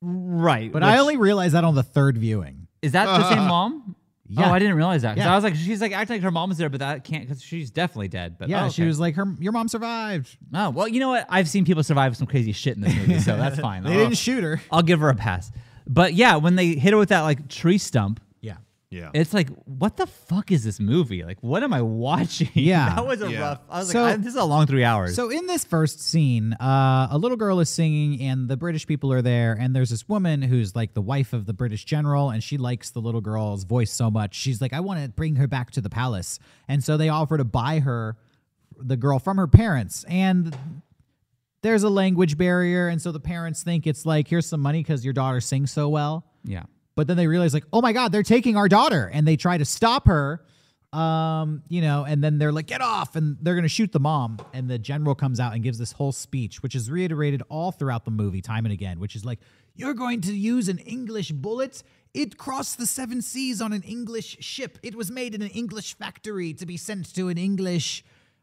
Speaker 3: Right.
Speaker 1: But I
Speaker 3: which-
Speaker 1: only realized that on the third viewing.
Speaker 3: Is that the same mom?
Speaker 1: Yeah.
Speaker 3: Oh, I didn't realize that. 'Cause
Speaker 1: Yeah.
Speaker 3: I was like, she's like acting like her mom's there, but that can't because she's definitely dead. But
Speaker 1: Yeah,
Speaker 3: oh,
Speaker 1: she
Speaker 3: okay.
Speaker 1: was like, "Her, your mom survived.
Speaker 3: Oh well, you know what? I've seen people survive some crazy shit in this movie, so that's fine.
Speaker 1: They
Speaker 3: I'll,
Speaker 1: didn't shoot her."
Speaker 3: I'll give her a pass. But yeah, when they hit her with that like tree stump,
Speaker 1: Yeah,
Speaker 2: Yeah.
Speaker 3: It's like, what the fuck is this movie? Like, what am I watching?
Speaker 1: Yeah.
Speaker 3: that was a
Speaker 2: Yeah.
Speaker 3: rough. I was
Speaker 1: So-
Speaker 3: like, I, this is a long three hours.
Speaker 1: So in this first scene, uh, a little girl is singing, and the British people are there, and there's this woman who's like the wife of the British general, and she likes the little girl's voice so much, she's like, I want to bring her back to the palace, and so they offer to buy her, the girl from her parents, and there's a language barrier, and so the parents think it's like, here's some money because your daughter sings so well,
Speaker 3: yeah,
Speaker 1: but then they realize like oh my god they're taking our daughter and they try to stop her um you know and then they're like get off and they're going to shoot the mom and the general comes out and gives this whole speech which is reiterated all throughout the movie time and again which is like you're going to use an english bullet it crossed the seven seas on an english ship it was made in an english factory to be sent to an english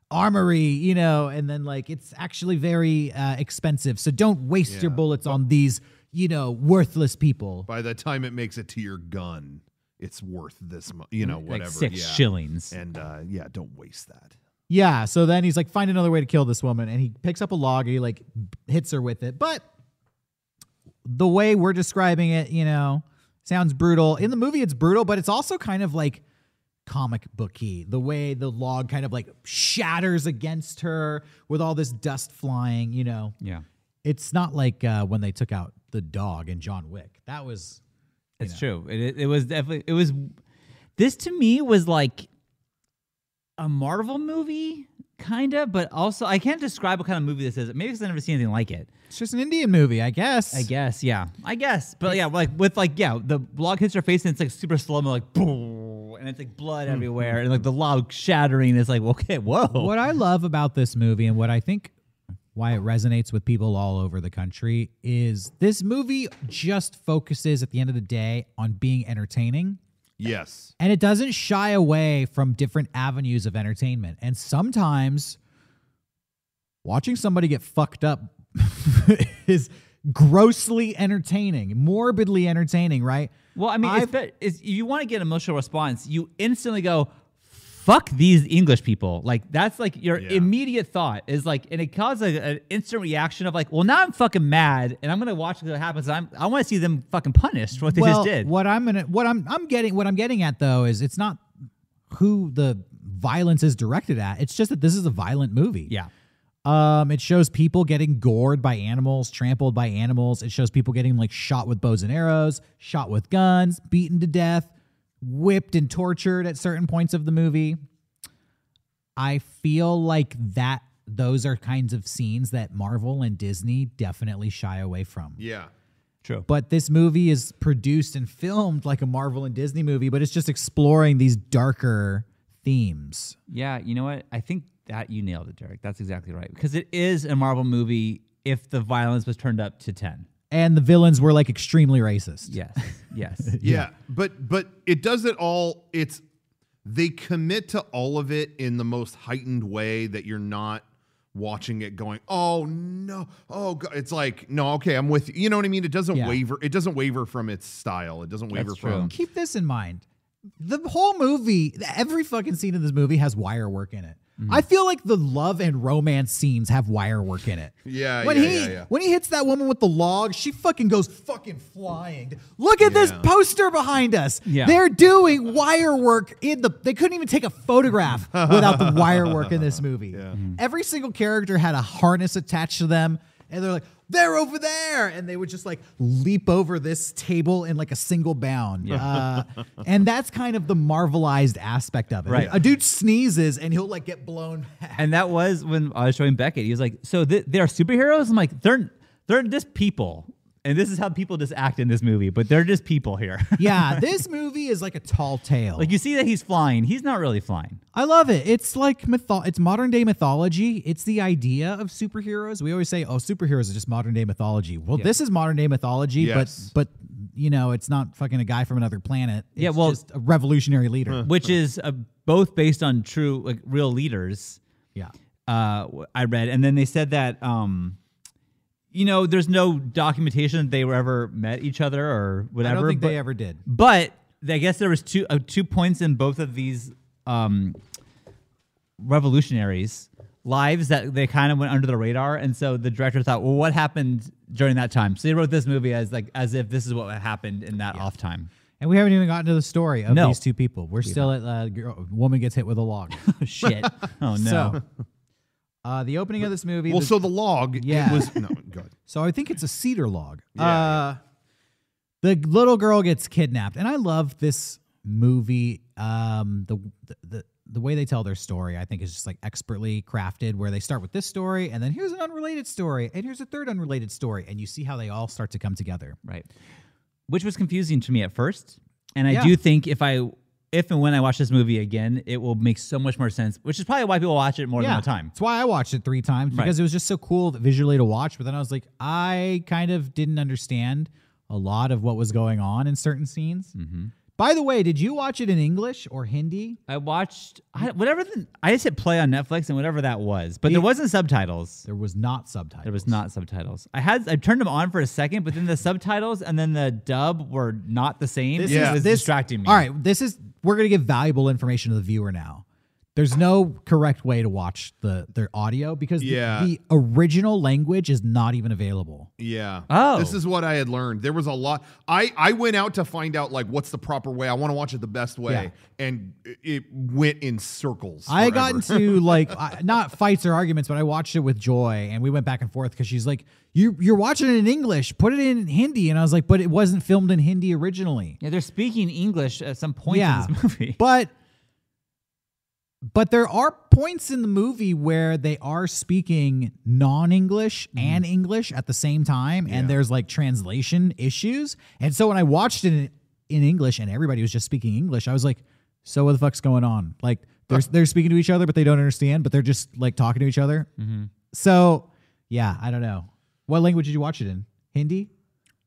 Speaker 1: armory you know and then like it's actually very uh, expensive so don't waste your bullets on these you know worthless people
Speaker 2: By the time it makes it to your gun, it's worth this much. You know, whatever.
Speaker 3: like six
Speaker 2: yeah.
Speaker 3: shillings.
Speaker 2: And uh, yeah, don't waste that.
Speaker 1: Yeah. So then he's like, find another way to kill this woman, and he picks up a log and he like b- hits her with it. But the way we're describing it, you know, sounds brutal. In the movie, it's brutal, but it's also kind of like comic booky. The way the log kind of like shatters against her with all this dust flying. You know,
Speaker 3: yeah,
Speaker 1: it's not like uh, when they took out the dog in John Wick. That was
Speaker 3: it's true. It, it it was definitely it was. This to me was like a Marvel movie, kinda, but also I can't describe what kind of movie this is. Maybe because I never seen anything like it.
Speaker 1: it's just an Indian movie, I guess.
Speaker 3: I guess, yeah, I guess, but yeah, like with like yeah, the log hits her face and it's like super slow mo, like boom, and it's like blood everywhere, and like the log shattering. It's like okay, whoa,
Speaker 1: what I love about this movie and what I think why it resonates with people all over the country is this movie just focuses at the end of the day on being entertaining
Speaker 2: Yes.
Speaker 1: and it doesn't shy away from different avenues of entertainment. And sometimes watching somebody get fucked up is grossly entertaining, morbidly entertaining, right?
Speaker 3: Well, I mean,
Speaker 1: I've-
Speaker 3: it's, bet- it's, if you want to get an emotional response, you instantly go, "Fuck these English people!" Like that's like your
Speaker 2: Yeah.
Speaker 3: immediate thought is like, and it causes a, an instant reaction of like, "Well, now I'm fucking mad, and I'm gonna watch what happens. I'm I want to see them fucking punished for what they
Speaker 1: well,
Speaker 3: just did."
Speaker 1: What I'm gonna, what I'm, I'm getting, what I'm getting at though is it's not who the violence is directed at. It's just that this is a violent movie.
Speaker 3: yeah,
Speaker 1: Um, it shows people getting gored by animals, trampled by animals. It shows people getting like shot with bows and arrows, shot with guns, beaten to death, whipped and tortured at certain points of the movie. I feel like that those are kinds of scenes that Marvel and Disney definitely shy away from.
Speaker 2: Yeah.
Speaker 3: true.
Speaker 1: But this movie is produced and filmed like a Marvel and Disney movie, but it's just exploring these darker themes.
Speaker 3: Yeah, you know what? I think that you nailed it, Derek. That's exactly right because it is a Marvel movie. If the violence was turned up to ten,
Speaker 1: And the villains were like extremely racist.
Speaker 3: yes, yes.
Speaker 2: Yeah. But but it does it all. It's they commit to all of it in the most heightened way that you're not watching it going, oh no, oh god. It's like, no, okay, I'm with you. You know what I mean? It doesn't
Speaker 1: Yeah.
Speaker 2: waver. It doesn't waver from its style. It doesn't waver
Speaker 3: That's true.
Speaker 2: from
Speaker 1: Keep this in mind. The whole movie, every fucking scene in this movie has wire work in it.
Speaker 2: Mm-hmm.
Speaker 1: I feel like the love and romance scenes have wire work in it.
Speaker 2: Yeah,
Speaker 1: When
Speaker 2: yeah,
Speaker 1: he
Speaker 2: yeah, yeah.
Speaker 1: when he hits that woman with the log, she fucking goes fucking flying. Look at this
Speaker 2: Yeah.
Speaker 1: poster behind us.
Speaker 3: Yeah.
Speaker 1: They're doing wire work in the they couldn't even take a photograph without the wire work in this movie.
Speaker 3: Mm-hmm.
Speaker 1: Every single character had a harness attached to them and they're like they're over there and they would just like leap over this table in like a single bound. Uh, and that's kind of the marvelized aspect of it.
Speaker 3: Right.
Speaker 1: A dude sneezes and he'll like get blown back.
Speaker 3: And that was when I was showing Beckett. He was like, "So th- they are superheroes?" I'm like, "They're they're just people, and this is how people just act in this movie. But they're just people here.
Speaker 1: Yeah, this movie is like a tall tale.
Speaker 3: like you see that he's flying. He's not really flying.
Speaker 1: I love it. It's like mytho- it's modern day mythology. It's the idea of superheroes. We always say, "Oh, superheroes are just modern day mythology." Well, this is modern day mythology,
Speaker 2: Yes.
Speaker 1: but but you know, it's not fucking a guy from another planet. It's
Speaker 3: Yeah, well-
Speaker 1: just a revolutionary leader.
Speaker 3: Which is uh, both based on true like real leaders.
Speaker 1: Yeah.
Speaker 3: Uh, w- I read, and then they said that um, you know, there's no documentation that they were ever met each other or
Speaker 1: I
Speaker 3: whatever.
Speaker 1: don't think
Speaker 3: but,
Speaker 1: they ever did.
Speaker 3: But I guess there was two uh, two points in both of these um, revolutionaries' lives that they kind of went under the radar, and so the director thought, well, what happened during that time? So they wrote this movie as like as if this is what happened in that off time.
Speaker 1: And we haven't even gotten to the story of
Speaker 3: No.
Speaker 1: these two people. We're still at uh, girl, woman gets hit with a log.
Speaker 3: Oh, shit. Oh, no.
Speaker 1: So, uh, the opening of this movie.
Speaker 2: Well,
Speaker 1: the-
Speaker 2: so the log,
Speaker 1: Yeah.
Speaker 2: it was no good.
Speaker 1: So I think it's a cedar log.
Speaker 2: Yeah,
Speaker 1: uh, The little girl gets kidnapped, and I love this movie. Um, the the the way they tell their story, I think, is just like expertly crafted. Where they start with this story, and then here's an unrelated story, and here's a third unrelated story, and you see how they all start to come together.
Speaker 3: Right. Which was confusing to me at first. And I
Speaker 1: Yeah.
Speaker 3: do think if I if and when I watch this movie again, it will make so much more sense, which is probably why people watch it more than a time.
Speaker 1: That's why I watched it three times
Speaker 3: Right.
Speaker 1: because it was just so cool visually to watch. But then I was like, I kind of didn't understand a lot of what was going on in certain scenes.
Speaker 3: Mm-hmm.
Speaker 1: By the way, did you watch it in English or Hindi?
Speaker 3: I watched I,
Speaker 1: Mm.
Speaker 3: whatever the, I just hit play on Netflix and whatever that was, but there wasn't subtitles.
Speaker 1: There was not subtitles.
Speaker 3: There was not subtitles. I had I turned them on for a second, but then the subtitles and then the dub were not the same.
Speaker 1: This
Speaker 2: Yeah.
Speaker 3: It
Speaker 1: is
Speaker 3: was
Speaker 1: this,
Speaker 3: distracting me.
Speaker 1: All right, this is we're gonna give valuable information to the viewer now. There's no correct way to watch the their audio because the-
Speaker 2: Yeah.
Speaker 1: the, original language is not even available.
Speaker 2: Yeah.
Speaker 3: Oh.
Speaker 2: This is what I had learned. There was a lot. I I went out to find out like what's the proper way. I want to watch it the best way, and it- it went in circles.
Speaker 1: I got
Speaker 2: forever.
Speaker 1: into like I, not fights or arguments, but I watched it with Joy, and we went back and forth because she's like, "You you're watching it in English, put it in Hindi," and I was like, "But it wasn't filmed in Hindi originally."
Speaker 3: Yeah, they're speaking English at some point in this movie.
Speaker 1: But but there are points in the movie where they are speaking non-English
Speaker 3: Mm-hmm.
Speaker 1: and English at the same time and there's like translation issues. And so when I watched it in, in English and everybody was just speaking English, I was like, so what the fuck's going on? Like they're
Speaker 3: Uh.
Speaker 1: they're speaking to each other but they don't understand, but they're just like talking to each other.
Speaker 3: Mm-hmm.
Speaker 1: So, yeah, I don't know. What language did you watch it in? Hindi?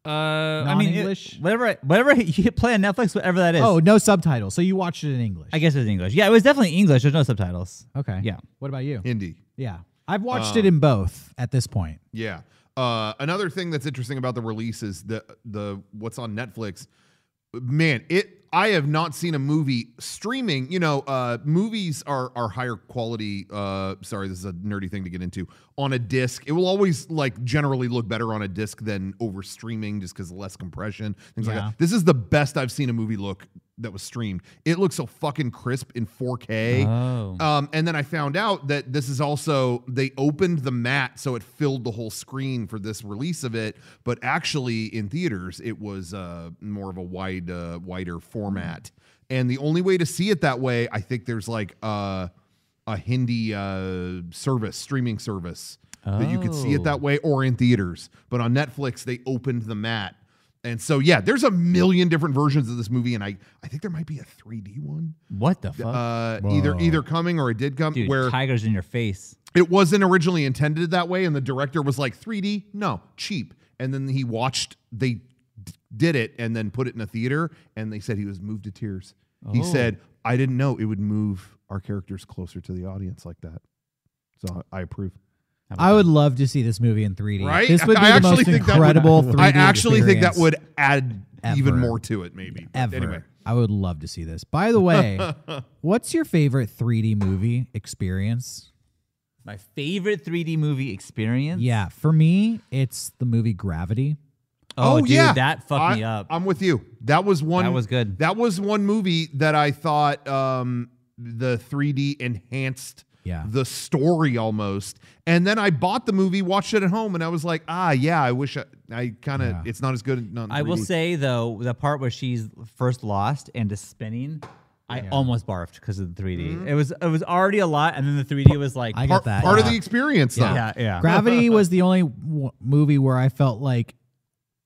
Speaker 3: Uh, I mean, it-
Speaker 1: Non-English?
Speaker 3: whatever, whatever you hit play on Netflix, whatever that is.
Speaker 1: Oh, no subtitles. So you watched it in English.
Speaker 3: I guess it was English. Yeah, it was definitely English. There's no subtitles.
Speaker 1: okay.
Speaker 3: Yeah.
Speaker 1: What about you?
Speaker 2: Hindi.
Speaker 1: Yeah. I've watched
Speaker 2: Um,
Speaker 1: it in both at this point.
Speaker 2: Yeah. Uh, another thing that's interesting about the release is the the what's on Netflix. Man, it I have not seen a movie streaming. You know, uh, movies are are higher quality. Uh, sorry, this is a nerdy thing to get into. On a disc, it will always like generally look better on a disc than over streaming, just because less compression, things like
Speaker 1: Yeah.
Speaker 2: that. This is the best I've seen a movie look that was streamed. It looks so fucking crisp in 4K.
Speaker 3: Oh.
Speaker 2: Um, and then I found out that this is also they opened the mat so it filled the whole screen for this release of it, but actually in theaters it was uh, more of a wide, uh, wider format. And the only way to see it that way, I think there's like uh, a Hindi uh, service, streaming service that you could see it
Speaker 3: Oh.
Speaker 2: that way, or in theaters. But on Netflix, they opened the mat. And so, yeah, there's a million different versions of this movie, and I, I think there might be a 3D one
Speaker 3: What the fuck?
Speaker 2: uh, either either coming or it did come
Speaker 3: Dude,
Speaker 2: where
Speaker 3: tigers in your face.
Speaker 2: it wasn't originally intended that way and the director was like 3D no cheap and then he watched they d- did it and then put it in a theater and they said he was moved to tears he
Speaker 3: Oh.
Speaker 2: said I didn't know it would move our characters closer to the audience like that so I approve
Speaker 3: How about
Speaker 1: I
Speaker 3: that?
Speaker 1: would love to see this movie in 3D.
Speaker 2: right
Speaker 1: This would be
Speaker 2: I
Speaker 1: the most incredible
Speaker 2: that would,
Speaker 1: 3D
Speaker 2: I actually think
Speaker 1: experience
Speaker 2: that would add
Speaker 1: ever.
Speaker 2: even more to it maybe But
Speaker 1: ever.
Speaker 2: anyway
Speaker 1: I would love to see this. By the way, what's your favorite 3D movie experience?
Speaker 3: My favorite 3D movie experience.
Speaker 1: Yeah, for me, it's the movie Gravity.
Speaker 3: Oh, dude, that fucked
Speaker 2: I-
Speaker 3: me up.
Speaker 2: I'm with you. That was one.
Speaker 3: That was good.
Speaker 2: That was one movie that I thought um, the 3D enhanced
Speaker 1: Yeah.
Speaker 2: the story almost. And then I bought the movie, watched it at home, and I was like, ah, yeah, I wish I, I kind of.
Speaker 1: Yeah.
Speaker 2: It's not as good. Not in
Speaker 3: I will
Speaker 2: 3D.
Speaker 3: say though, the part where she's first lost and is spinning, I almost barfed because of the 3D. It was it was already a lot, and then the 3D was like
Speaker 1: Mm-hmm. I
Speaker 2: Par-
Speaker 1: get that.
Speaker 2: part
Speaker 1: yeah.
Speaker 2: of the experience though.
Speaker 3: yeah, yeah.
Speaker 1: Gravity was the only w- movie where I felt like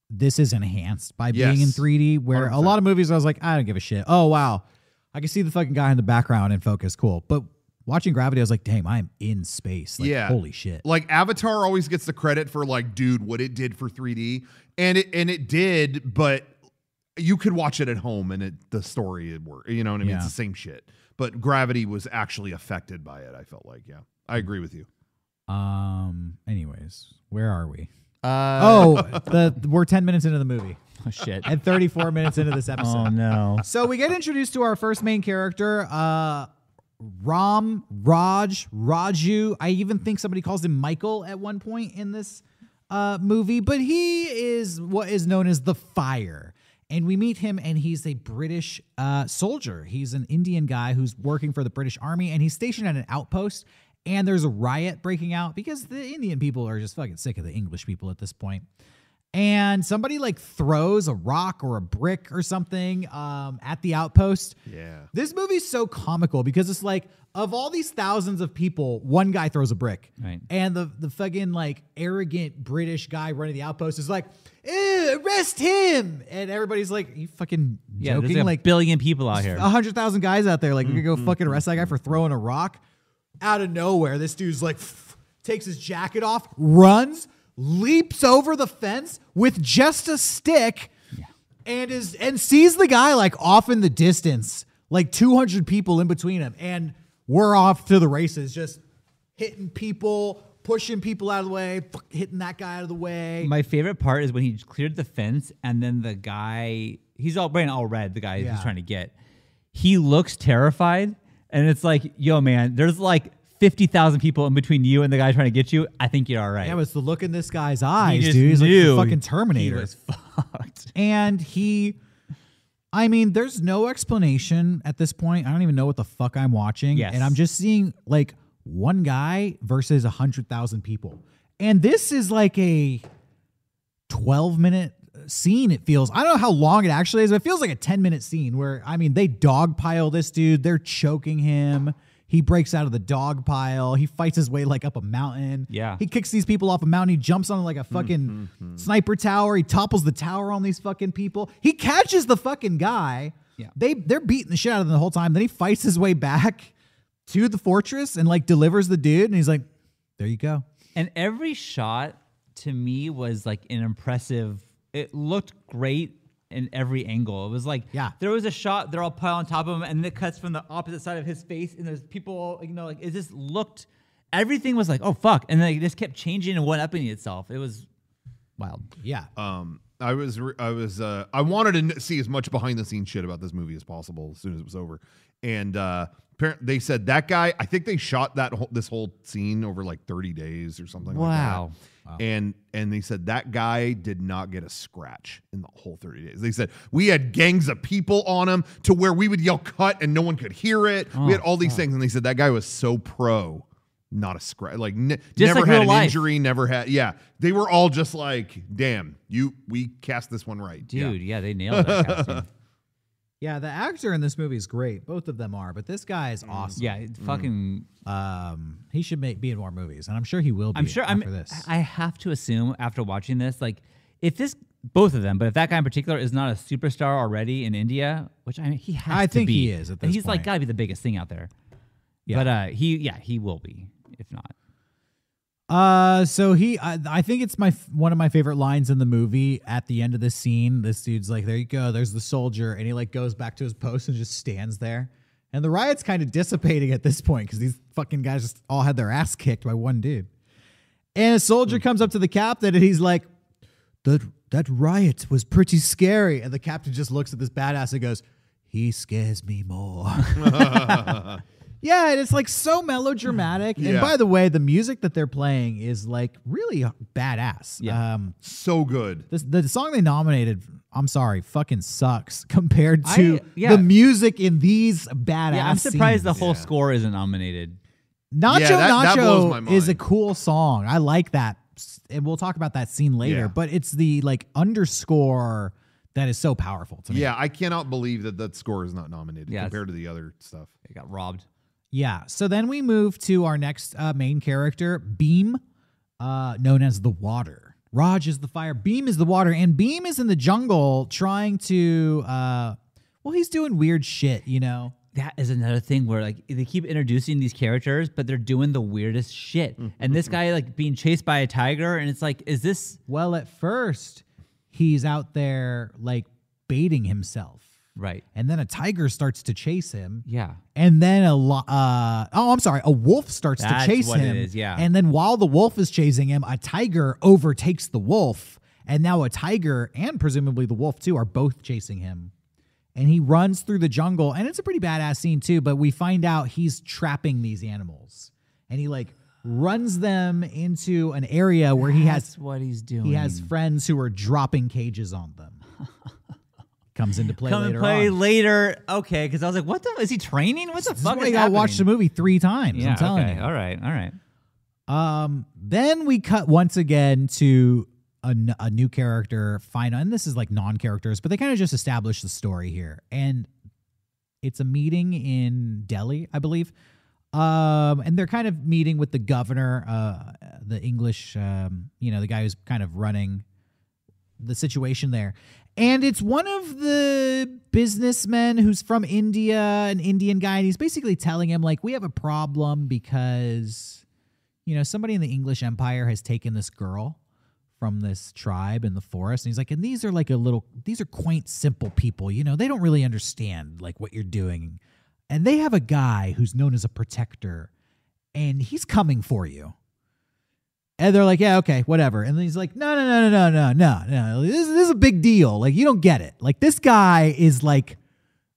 Speaker 1: this is enhanced by being in
Speaker 2: Yes.
Speaker 1: 3D. Where a
Speaker 2: 100%.
Speaker 1: lot of movies, I was like, I don't give a shit. Oh wow, I can see the fucking guy in the background in focus, cool. But watching Gravity, I was like, damn, I am in space. Like,
Speaker 2: Yeah.
Speaker 1: holy shit.
Speaker 2: Like Avatar always gets the credit for like, dude, what it did for 3D, and it and it did, but you could watch it at home and it the story it worked. You know what I mean?
Speaker 1: Yeah.
Speaker 2: It's the same shit. But gravity was actually affected by it. I felt like, yeah, I agree with you.
Speaker 1: Um. Anyways, where are we?
Speaker 3: Uh,
Speaker 1: Oh, the we're ten minutes into the movie
Speaker 3: oh shit.
Speaker 1: and thirty four minutes into this episode.
Speaker 3: oh no.
Speaker 1: So we get introduced to our first main character, uh, Ram Raj Raju. I even think somebody calls him Michael at one point in this uh, movie, but he is what is known as the Fire. and we meet him, and he's a British uh, soldier. He's an Indian guy who's working for the British Army, and he's stationed at an outpost. And there's a riot breaking out because the Indian people are just fucking sick of the English people at this point. And somebody like throws a rock or a brick or something um, at the outpost.
Speaker 2: Yeah.
Speaker 1: This movie's so comical because it's like of all these thousands of people, one guy throws a brick.
Speaker 3: Right.
Speaker 1: And the the fucking like arrogant British guy running the outpost is like, "Ew, arrest him. And everybody's like, you fucking
Speaker 3: Yeah,
Speaker 1: joking?
Speaker 3: there's like a
Speaker 1: like
Speaker 3: billion people out here.
Speaker 1: a hundred thousand guys out there. Like, we could go fucking arrest that guy for throwing a rock. Out of nowhere, this dude's like pff, takes his jacket off, runs, leaps over the fence with just a stick, and is and sees the guy like off in the distance, like two hundred people in between him, and we're off to the races, just hitting people, pushing people out of the way, fuck, hitting that guy out of the way.
Speaker 3: My favorite part is when he cleared the fence and then the guy, he's all wearing all red, the guy
Speaker 1: Yeah.
Speaker 3: he's trying to get. He looks terrified and it's like, yo, man, there's like 50,000 people in between you and the guy trying to get you. I think you're all right.
Speaker 1: yeah, it's the look in this guy's eyes,
Speaker 3: just
Speaker 1: dude. He's like
Speaker 3: knew
Speaker 1: the fucking
Speaker 3: He
Speaker 1: Terminator.
Speaker 3: was fucked.
Speaker 1: and he I mean, there's no explanation at this point. I don't even know what the fuck I'm watching.
Speaker 3: Yes.
Speaker 1: And I'm just seeing like one guy versus a hundred thousand people. And this is like a 12 minute scene, it feels. I don't know how long it actually is, but it feels like a 10 minute scene where I mean they dog pile this dude, they're choking him. He breaks out of the dog pile. He fights his way like up a mountain.
Speaker 3: Yeah.
Speaker 1: He kicks these people off a mountain. He jumps on like a fucking sniper tower. He topples the tower on these fucking people. He catches the fucking guy.
Speaker 3: Yeah.
Speaker 1: They they're beating the shit out of him the whole time. Then he fights his way back to the fortress and like delivers the dude. And he's like, "There you go."
Speaker 3: And every shot to me was like an impressive. It looked great in every angle. It was like
Speaker 1: Yeah.
Speaker 3: there was a shot they're all piled on top of him, and it cuts from the opposite side of his face, and there's people, you know, like it just looked. Everything was like, oh fuck, and then it just kept changing and one upping itself. It was wild.
Speaker 1: Yeah.
Speaker 2: Um, I was, re- I was, uh, I wanted to kn- see as much behind the scenes shit about this movie as possible as soon as it was over, and uh, appar- they said that guy. I think they shot that whole, this whole scene over like thirty days or something.
Speaker 3: Wow.
Speaker 2: Like that. And and they said that guy did not get a scratch in the whole 30 days. They said we had gangs of people on him to where we would yell cut and no one could hear it. we
Speaker 3: Oh,
Speaker 2: had all these things and they said that guy was so pro, not a scratch. Like ne- never
Speaker 3: like
Speaker 2: had
Speaker 3: real
Speaker 2: an
Speaker 3: life.
Speaker 2: injury three never had yeah they were all just like damn you we cast this one right Yeah.
Speaker 3: Dude, yeah, they nailed that costume.
Speaker 1: Yeah, the actor in this movie is great. Both of them are, but this guy is awesome.
Speaker 3: Yeah, it fucking.
Speaker 1: Um, he should make be in more movies, and I'm sure he will be.
Speaker 3: I'm sure. I'm.
Speaker 1: after this.
Speaker 3: I have to assume after watching this, like, if this both of them, but if that guy in particular is not a superstar already in India, which I mean, he has.
Speaker 1: I
Speaker 3: to
Speaker 1: think
Speaker 3: be.
Speaker 1: he is at this
Speaker 3: he's like
Speaker 1: point.
Speaker 3: got to be the biggest thing out there.
Speaker 1: Yeah.
Speaker 3: But uh, he, yeah, he will be if not.
Speaker 1: uh, so he, I, I think it's my f- one of my favorite lines in the movie. At the end of this scene, this dude's like, "There you go, there's the soldier," and he like goes back to his post and just stands there. And the riot's kind of dissipating at this point because these fucking guys just all had their ass kicked by one dude. And a soldier comes up to the captain and he's like, that that riot was pretty scary. And the captain just looks at this badass and goes, he scares me more. yeah, and it's like so melodramatic. And
Speaker 2: Yeah.
Speaker 1: by the way, the music that they're playing is like really badass.
Speaker 3: Yeah.
Speaker 1: Um,
Speaker 2: so good
Speaker 1: this, the song they nominated, I'm sorry, fucking sucks compared to
Speaker 3: I- yeah.
Speaker 1: the music in these badass.
Speaker 3: Yeah, I'm surprised the
Speaker 1: scenes.
Speaker 3: whole score isn't nominated.
Speaker 1: Nacho
Speaker 2: Yeah, that- that blows my
Speaker 1: Nacho is a
Speaker 2: mind.
Speaker 1: cool song. I like that. S- And we'll talk about that scene later,
Speaker 2: Yeah.
Speaker 1: but it's the like underscore that is so powerful to me.
Speaker 2: yeah i cannot believe that that score is not nominated
Speaker 3: Yeah, it's-
Speaker 2: compared to the other stuff
Speaker 3: It got robbed.
Speaker 1: Yeah. So then we move to our next uh, main character, Beam, uh, known as the Water. Raj is the fire. Beam is the water, and Beam is in the jungle trying to. Uh, well, he's doing weird shit, you know.
Speaker 3: That is another thing where like they keep introducing these characters, but they're doing the weirdest shit.
Speaker 1: Mm-hmm.
Speaker 3: And this guy like being chased by a tiger, and it's like, is this
Speaker 1: Well, at first, he's out there like baiting himself,
Speaker 3: right?
Speaker 1: and then a tiger starts to chase him.
Speaker 3: Yeah.
Speaker 1: and then a lo- uh oh I'm sorry, a wolf starts
Speaker 3: That's
Speaker 1: to chase
Speaker 3: what it
Speaker 1: him.
Speaker 3: is, yeah.
Speaker 1: And then while the wolf is chasing him, a tiger overtakes the wolf, and now a tiger and presumably the wolf too are both chasing him. And he runs through the jungle, and it's a pretty badass scene too. But we find out he's trapping these animals, and he like runs them into an area where he has
Speaker 3: That's what he's doing.
Speaker 1: he has friends who are dropping cages on them. comes into play
Speaker 3: Come
Speaker 1: later
Speaker 3: and play
Speaker 1: on.
Speaker 3: later. Okay, because I was like, what the? Is he training? What the
Speaker 1: This is
Speaker 3: fuck
Speaker 1: why
Speaker 3: is
Speaker 1: you gotta watch the
Speaker 3: happening?
Speaker 1: movie three times.
Speaker 3: Yeah,
Speaker 1: I'm telling
Speaker 3: okay.
Speaker 1: you.
Speaker 3: All right, all right.
Speaker 1: Um, then we cut once again to a, n- a new character, final, and this is like non characters, but they kind of just establish the story here. And it's a meeting in Delhi, I believe. Um, and they're kind of meeting with the governor, uh, the English, um, you know, the guy who's kind of running the situation there. And it's one of the businessmen who's from India, an Indian guy, and he's basically telling him, like, we have a problem because you know, somebody in the English Empire has taken this girl from this tribe in the forest. And he's like, and these are like a little, these are quaint, simple people. You know, they don't really understand like what you're doing. And they have a guy who's known as a protector and he's coming for you. And they're like, yeah, okay, whatever. And then he's like, no, no, no, no, no, no, no, no. This, this is a big deal. Like, you don't get it. Like, this guy is like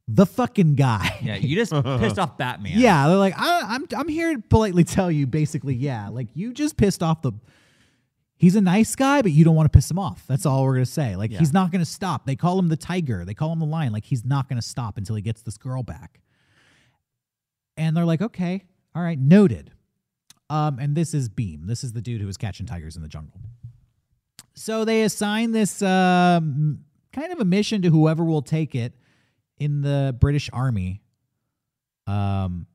Speaker 1: the fucking guy.
Speaker 3: Yeah, you just pissed off Batman.
Speaker 1: Yeah, they're like, I, I'm I'm here to politely tell you, basically, yeah, like you just pissed off the. He's a nice guy, but you don't want to piss him off. That's all we're gonna say. Like
Speaker 3: Yeah.
Speaker 1: he's not gonna stop. They call him the tiger. They call him the lion. Like he's not gonna stop until he gets this girl back. And they're like, okay, all right, noted. Um, and this is Beam. This is the dude who was catching tigers in the jungle. So they assign this um, kind of a mission to whoever will take it in the British Army. Um.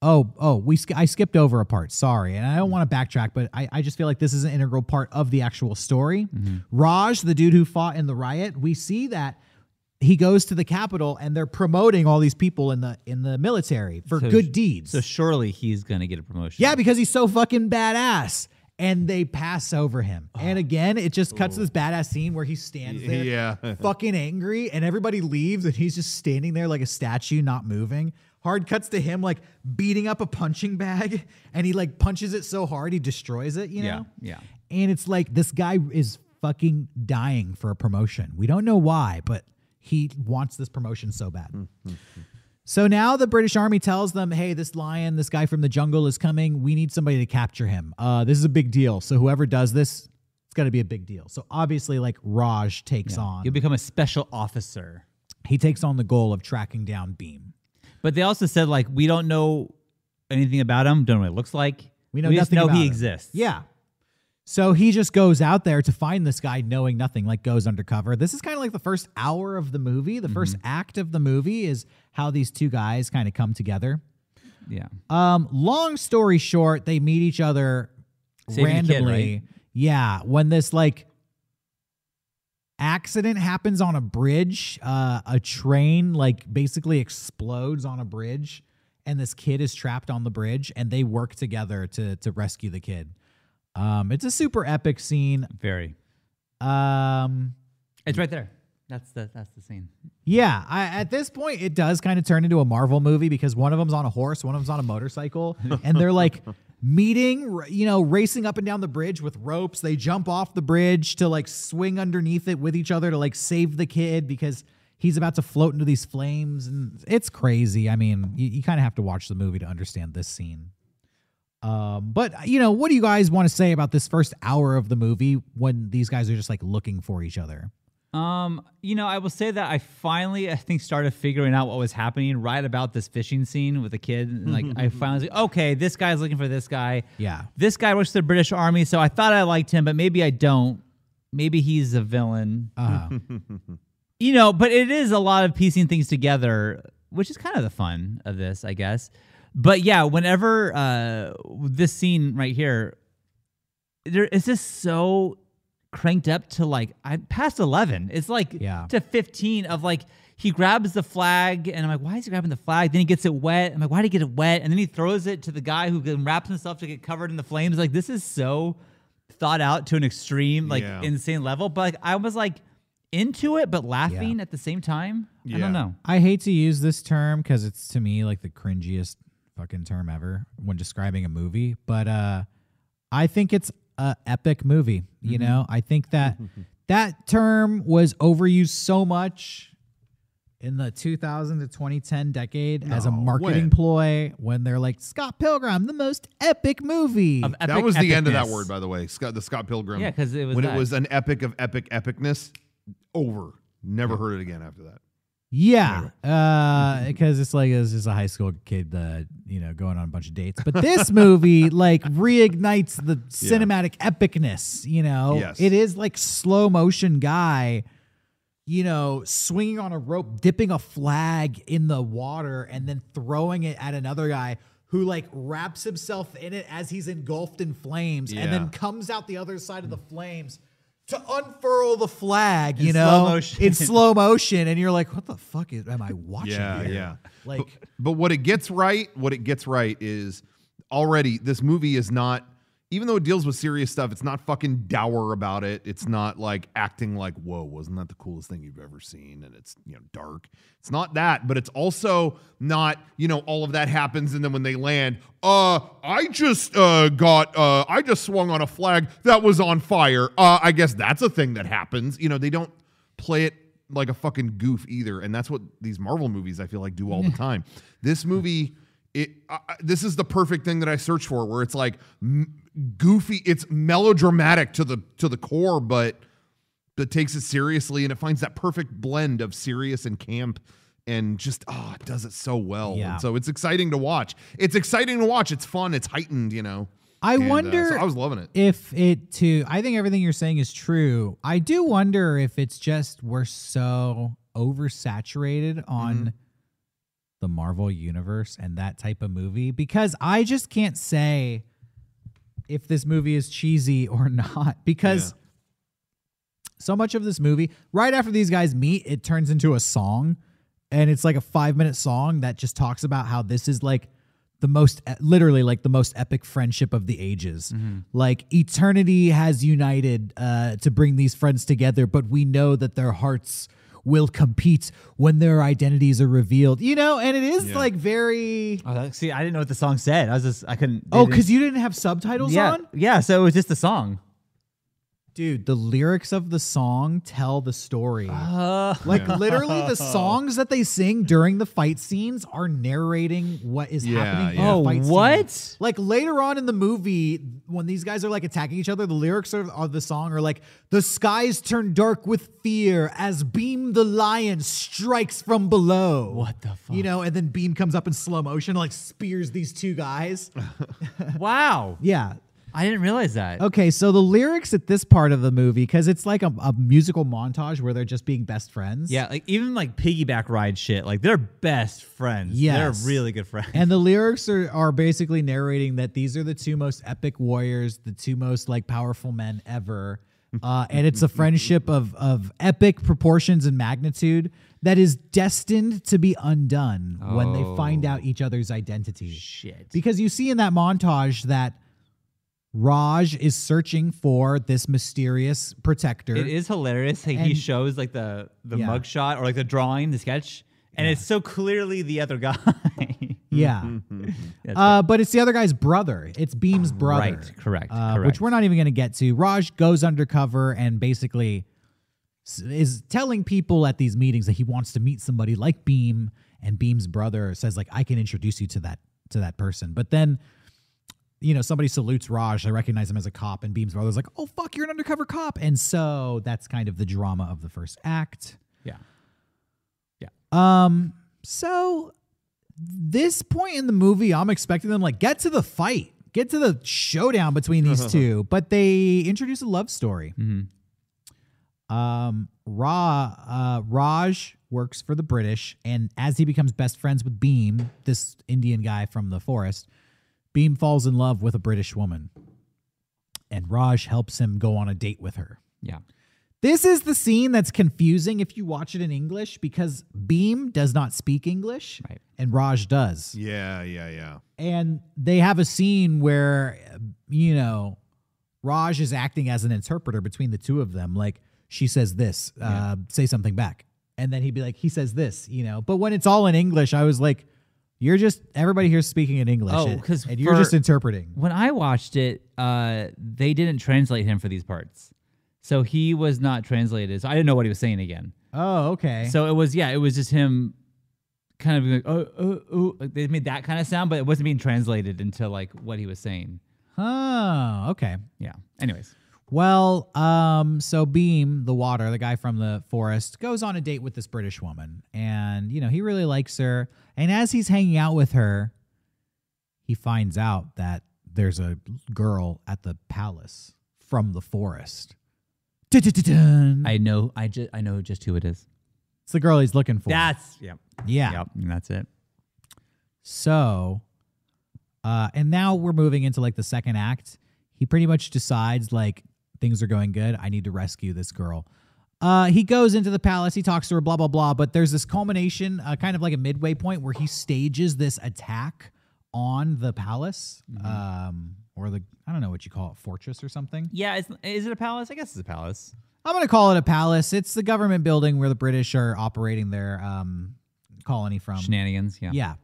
Speaker 1: Oh, oh, we sk- I skipped over a part. Sorry, and I
Speaker 3: Mm-hmm.
Speaker 1: don't want to backtrack, but I, I just feel like this is an integral part of the actual story.
Speaker 3: Mm-hmm.
Speaker 1: Raj, the dude who fought in the riot, we see that he goes to the capital and they're promoting all these people in the in the military for
Speaker 3: So-
Speaker 1: good deeds.
Speaker 3: So surely he's gonna get a promotion.
Speaker 1: Yeah, because he's so fucking badass. And they pass over him. And again, it just cuts to this badass scene where he stands there
Speaker 2: Yeah.
Speaker 1: fucking angry and everybody leaves and he's just standing there like a statue, not moving. Hard cuts to him like beating up a punching bag and he like punches it so hard he destroys it, you know?
Speaker 3: Yeah, yeah.
Speaker 1: And it's like this guy is fucking dying for a promotion. We don't know why, but he wants this promotion so bad. So now the British army tells them, "Hey, this lion, this guy from the jungle is coming. We need somebody to capture him. Uh, this is a big deal. So whoever does this, it's going to be a big deal." So obviously, like Raj takes on,
Speaker 3: You'll become a special officer.
Speaker 1: he takes on the goal of tracking down Beam.
Speaker 3: But they also said like we don't know anything about him. Don't know what it looks like.
Speaker 1: We know
Speaker 3: just
Speaker 1: nothing
Speaker 3: know
Speaker 1: about
Speaker 3: he
Speaker 1: him.
Speaker 3: exists.
Speaker 1: Yeah. So he just goes out there to find this guy knowing nothing, like goes undercover. This is kind of like the first hour of the movie. The
Speaker 3: Mm-hmm.
Speaker 1: first act of the movie is how these two guys kind of come together.
Speaker 3: yeah.
Speaker 1: Um, long story short, they meet each other
Speaker 3: Saving the kid,
Speaker 1: randomly.
Speaker 3: right?
Speaker 1: Yeah, when this like accident happens on a bridge, uh, a train like basically explodes on a bridge, and this kid is trapped on the bridge, and they work together to to rescue the kid. Um, it's a super epic scene.
Speaker 3: Very.
Speaker 1: Um,
Speaker 3: It's right there. That's the that's the scene.
Speaker 1: yeah, I, at this point, it does kind of turn into a Marvel movie because one of them's on a horse, one of them's on a motorcycle, and they're like meeting, r- you know, racing up and down the bridge with ropes. They jump off the bridge to like swing underneath it with each other to like save the kid because he's about to float into these flames. And it's crazy. I mean, you, you kind of have to watch the movie to understand this scene. Um, but you know, what do you guys want to say about this first hour of the movie when these guys are just like looking for each other?
Speaker 3: Um, you know, I will say that I finally, I think, started figuring out what was happening right about this fishing scene with the kid. And, like, I finally, was like, okay, this guy's looking for this guy.
Speaker 1: Yeah.
Speaker 3: This guy works for the British Army, so I thought I liked him, but maybe I don't. Maybe he's a villain.
Speaker 1: Uh,
Speaker 3: You know, but it is a lot of piecing things together, which is kind of the fun of this, I guess. But yeah, whenever uh, this scene right here, there it's just so cranked up to like I past eleven. It's like
Speaker 1: Yeah.
Speaker 3: to fifteen of like he grabs the flag and I'm like, why is he grabbing the flag? Then he gets it wet. I'm like, why did he get it wet? And then he throws it to the guy who then wraps himself to get covered in the flames. Like this is so thought out to an extreme, like
Speaker 2: Yeah.
Speaker 3: insane level. But like, I was like into it but laughing at the same time. I
Speaker 2: Yeah.
Speaker 3: don't know.
Speaker 1: I hate to use this term because it's to me like the cringiest fucking term ever when describing a movie, but uh, I think it's a epic movie. You
Speaker 3: Mm-hmm.
Speaker 1: know, I think that that term was overused so much in the 2000 to 2010 decade as a
Speaker 2: No,
Speaker 1: marketing
Speaker 2: when?
Speaker 1: ploy when they're like Scott Pilgrim, the most epic movie.
Speaker 3: Of
Speaker 2: that
Speaker 3: epic
Speaker 2: was the end of that
Speaker 3: epicness.
Speaker 2: word, by the way. Scott, the Scott Pilgrim.
Speaker 3: Yeah, 'cause it was
Speaker 2: when
Speaker 3: that.
Speaker 2: it was an epic of epic epicness. Over. Never heard it again after that.
Speaker 1: Yeah, because it's like it's just a high school kid, uh, you know, going on a bunch of dates. But this movie like reignites the cinematic epicness. You know,
Speaker 2: Yes.
Speaker 1: it is like slow motion guy, you know, swinging on a rope, dipping a flag in the water, and then throwing it at another guy who like wraps himself in it as he's engulfed in flames, and
Speaker 2: Yeah.
Speaker 1: then comes out the other side of the flames. To unfurl the flag, you
Speaker 3: In
Speaker 1: know,
Speaker 3: slow motion.
Speaker 1: it's slow motion and you're like what the fuck is am i watching
Speaker 2: Yeah,
Speaker 1: here?
Speaker 2: yeah.
Speaker 1: like
Speaker 2: but, but what it gets right, what it gets right is already this movie is not even though it deals with serious stuff, it's not fucking dour about it. It's not like acting like, whoa, wasn't that the coolest thing you've ever seen? And it's, you know, dark. It's not that, but it's also not, you know, all of that happens. And then when they land, uh, I just uh, got, uh, I just swung on a flag that was on fire. Uh, I guess that's a thing that happens. You know, they don't play it like a fucking goof either and that's what these marvel movies i feel like do all the time this movie it I I- this is the perfect thing that i search for where it's like m- goofy it's melodramatic to the to the core but that takes it seriously and it finds that perfect blend of serious and camp and just ah it does it so well
Speaker 1: Yeah.
Speaker 2: and so it's exciting to watch it's exciting to watch it's fun it's heightened you know
Speaker 1: i
Speaker 2: And, uh, so
Speaker 1: wonder
Speaker 2: i was loving it
Speaker 1: if it too i think everything you're saying is true i do wonder if it's just we're so oversaturated on
Speaker 2: Mm-hmm.
Speaker 1: the marvel universe and that type of movie because i just can't say if this movie is cheesy or not because so much of this movie right after these guys meet it turns into a song and it's like a five minute song that just talks about how this is like the most e, literally like the most epic friendship of the ages like eternity has united uh, to bring these friends together but we know that their hearts will compete when their identities are revealed you know and it is like very
Speaker 3: Oh, that- see, I didn't know what the song said. I was just, I couldn't.
Speaker 1: oh
Speaker 3: they
Speaker 1: because
Speaker 3: didn't-
Speaker 1: you didn't have subtitles
Speaker 3: yeah,
Speaker 1: on
Speaker 3: yeah. So it was just the song.
Speaker 1: dude the lyrics of the song tell the story
Speaker 3: Uh,
Speaker 1: Like literally, the songs that they sing during the fight scenes are narrating what is
Speaker 2: Yeah,
Speaker 1: happening.
Speaker 2: yeah.
Speaker 1: In
Speaker 3: Oh,
Speaker 1: the fight scene.
Speaker 3: what?
Speaker 1: Like later on in the movie, when these guys are like attacking each other, the lyrics of, of the song are like, "The skies turn dark with fear as Beam the lion strikes from below."
Speaker 3: What the fuck?
Speaker 1: You know, and then Beam comes up in slow motion, like spears these two guys.
Speaker 3: wow,
Speaker 1: yeah.
Speaker 3: I didn't realize that.
Speaker 1: Okay, so the lyrics at this part of the movie, because it's like a, a musical montage where they're just being best friends.
Speaker 3: Yeah, like even like piggyback ride shit. Like they're best friends. Yeah, they're
Speaker 1: Yes.
Speaker 3: really good friends.
Speaker 1: And the lyrics are, are basically narrating that these are the two most epic warriors, the two most like powerful men ever. Uh, and it's a friendship of of epic proportions and magnitude that is destined to be undone when they find out each other's identity.
Speaker 3: shit.
Speaker 1: Because you see in that montage that Raj is searching for this mysterious protector.
Speaker 3: It is hilarious. Like he
Speaker 1: And-
Speaker 3: shows like the the
Speaker 1: Yeah.
Speaker 3: mugshot or like the drawing, the sketch, and it's so clearly the other guy. Mm-hmm.
Speaker 1: Yeah. uh, but it's the other guy's brother. It's Beam's brother.
Speaker 3: Right, correct,
Speaker 1: Uh,
Speaker 3: correct.
Speaker 1: Which we're not even going to get to. Raj goes undercover and basically s- is telling people at these meetings that he wants to meet somebody like Beam. And Beam's brother says like, "I can introduce you to that to that person." But then, you know, somebody salutes Raj. I recognize him as a cop, and Beam's brother's like, "Oh fuck, you're an undercover cop." And so that's kind of the drama of the first act.
Speaker 3: yeah.
Speaker 1: Um, so this point in the movie, I'm expecting them like get to the fight, get to the showdown between these two, but they introduce a love story. Um, Ra, uh, Raj works for the British, and as he becomes best friends with Beam, this Indian guy from the forest, Beam falls in love with a British woman, and Raj helps him go on a date with her.
Speaker 3: Yeah.
Speaker 1: This is the scene that's confusing if you watch it in English because Beam does not speak English
Speaker 3: Right.
Speaker 1: and Raj does.
Speaker 2: yeah yeah yeah
Speaker 1: And they have a scene where, you know, Raj is acting as an interpreter between the two of them. Like she says this, uh, say something back. And then he'd be like, he says this, you know. But when it's all in English, I was like, you're just, everybody here's speaking in English.
Speaker 3: Oh,
Speaker 1: and-
Speaker 3: 'cause
Speaker 1: and you're
Speaker 3: for-
Speaker 1: just interpreting.
Speaker 3: When I watched it, uh, they didn't translate him for these parts, so he was not translated. So I didn't know what he was saying again.
Speaker 1: Oh, okay.
Speaker 3: So it was yeah, it was just him kind of like, oh, oh, oh. Like they made that kind of sound, but it wasn't being translated into like what he was saying.
Speaker 1: oh, okay.
Speaker 3: Yeah. Anyways.
Speaker 1: Well, um, so Beam, the water, the guy from the forest, goes on a date with this British woman, and you know he really likes her. And as he's hanging out with her, he finds out that there's a girl at the palace from the forest. Dun-dun-dun-dun.
Speaker 3: I know. I just I know just who it is.
Speaker 1: It's the girl he's looking for.
Speaker 3: That's yep.
Speaker 1: yeah.
Speaker 3: Yep. and That's it.
Speaker 1: So, uh, and now we're moving into like the second act. He pretty much decides like things are going good. I need to rescue this girl. Uh, he goes into the palace. He talks to her. Blah blah blah. But there's this culmination, uh, kind of like a midway point, where he stages this attack on the palace, um, or the I don't know what you call it, fortress or something.
Speaker 3: Yeah. It's, is it a palace? I guess it's a palace.
Speaker 1: I'm gonna call it a palace. It's the government building where the British are operating their um, colony from.
Speaker 3: Um, Shenanigans. Yeah.
Speaker 1: Yeah.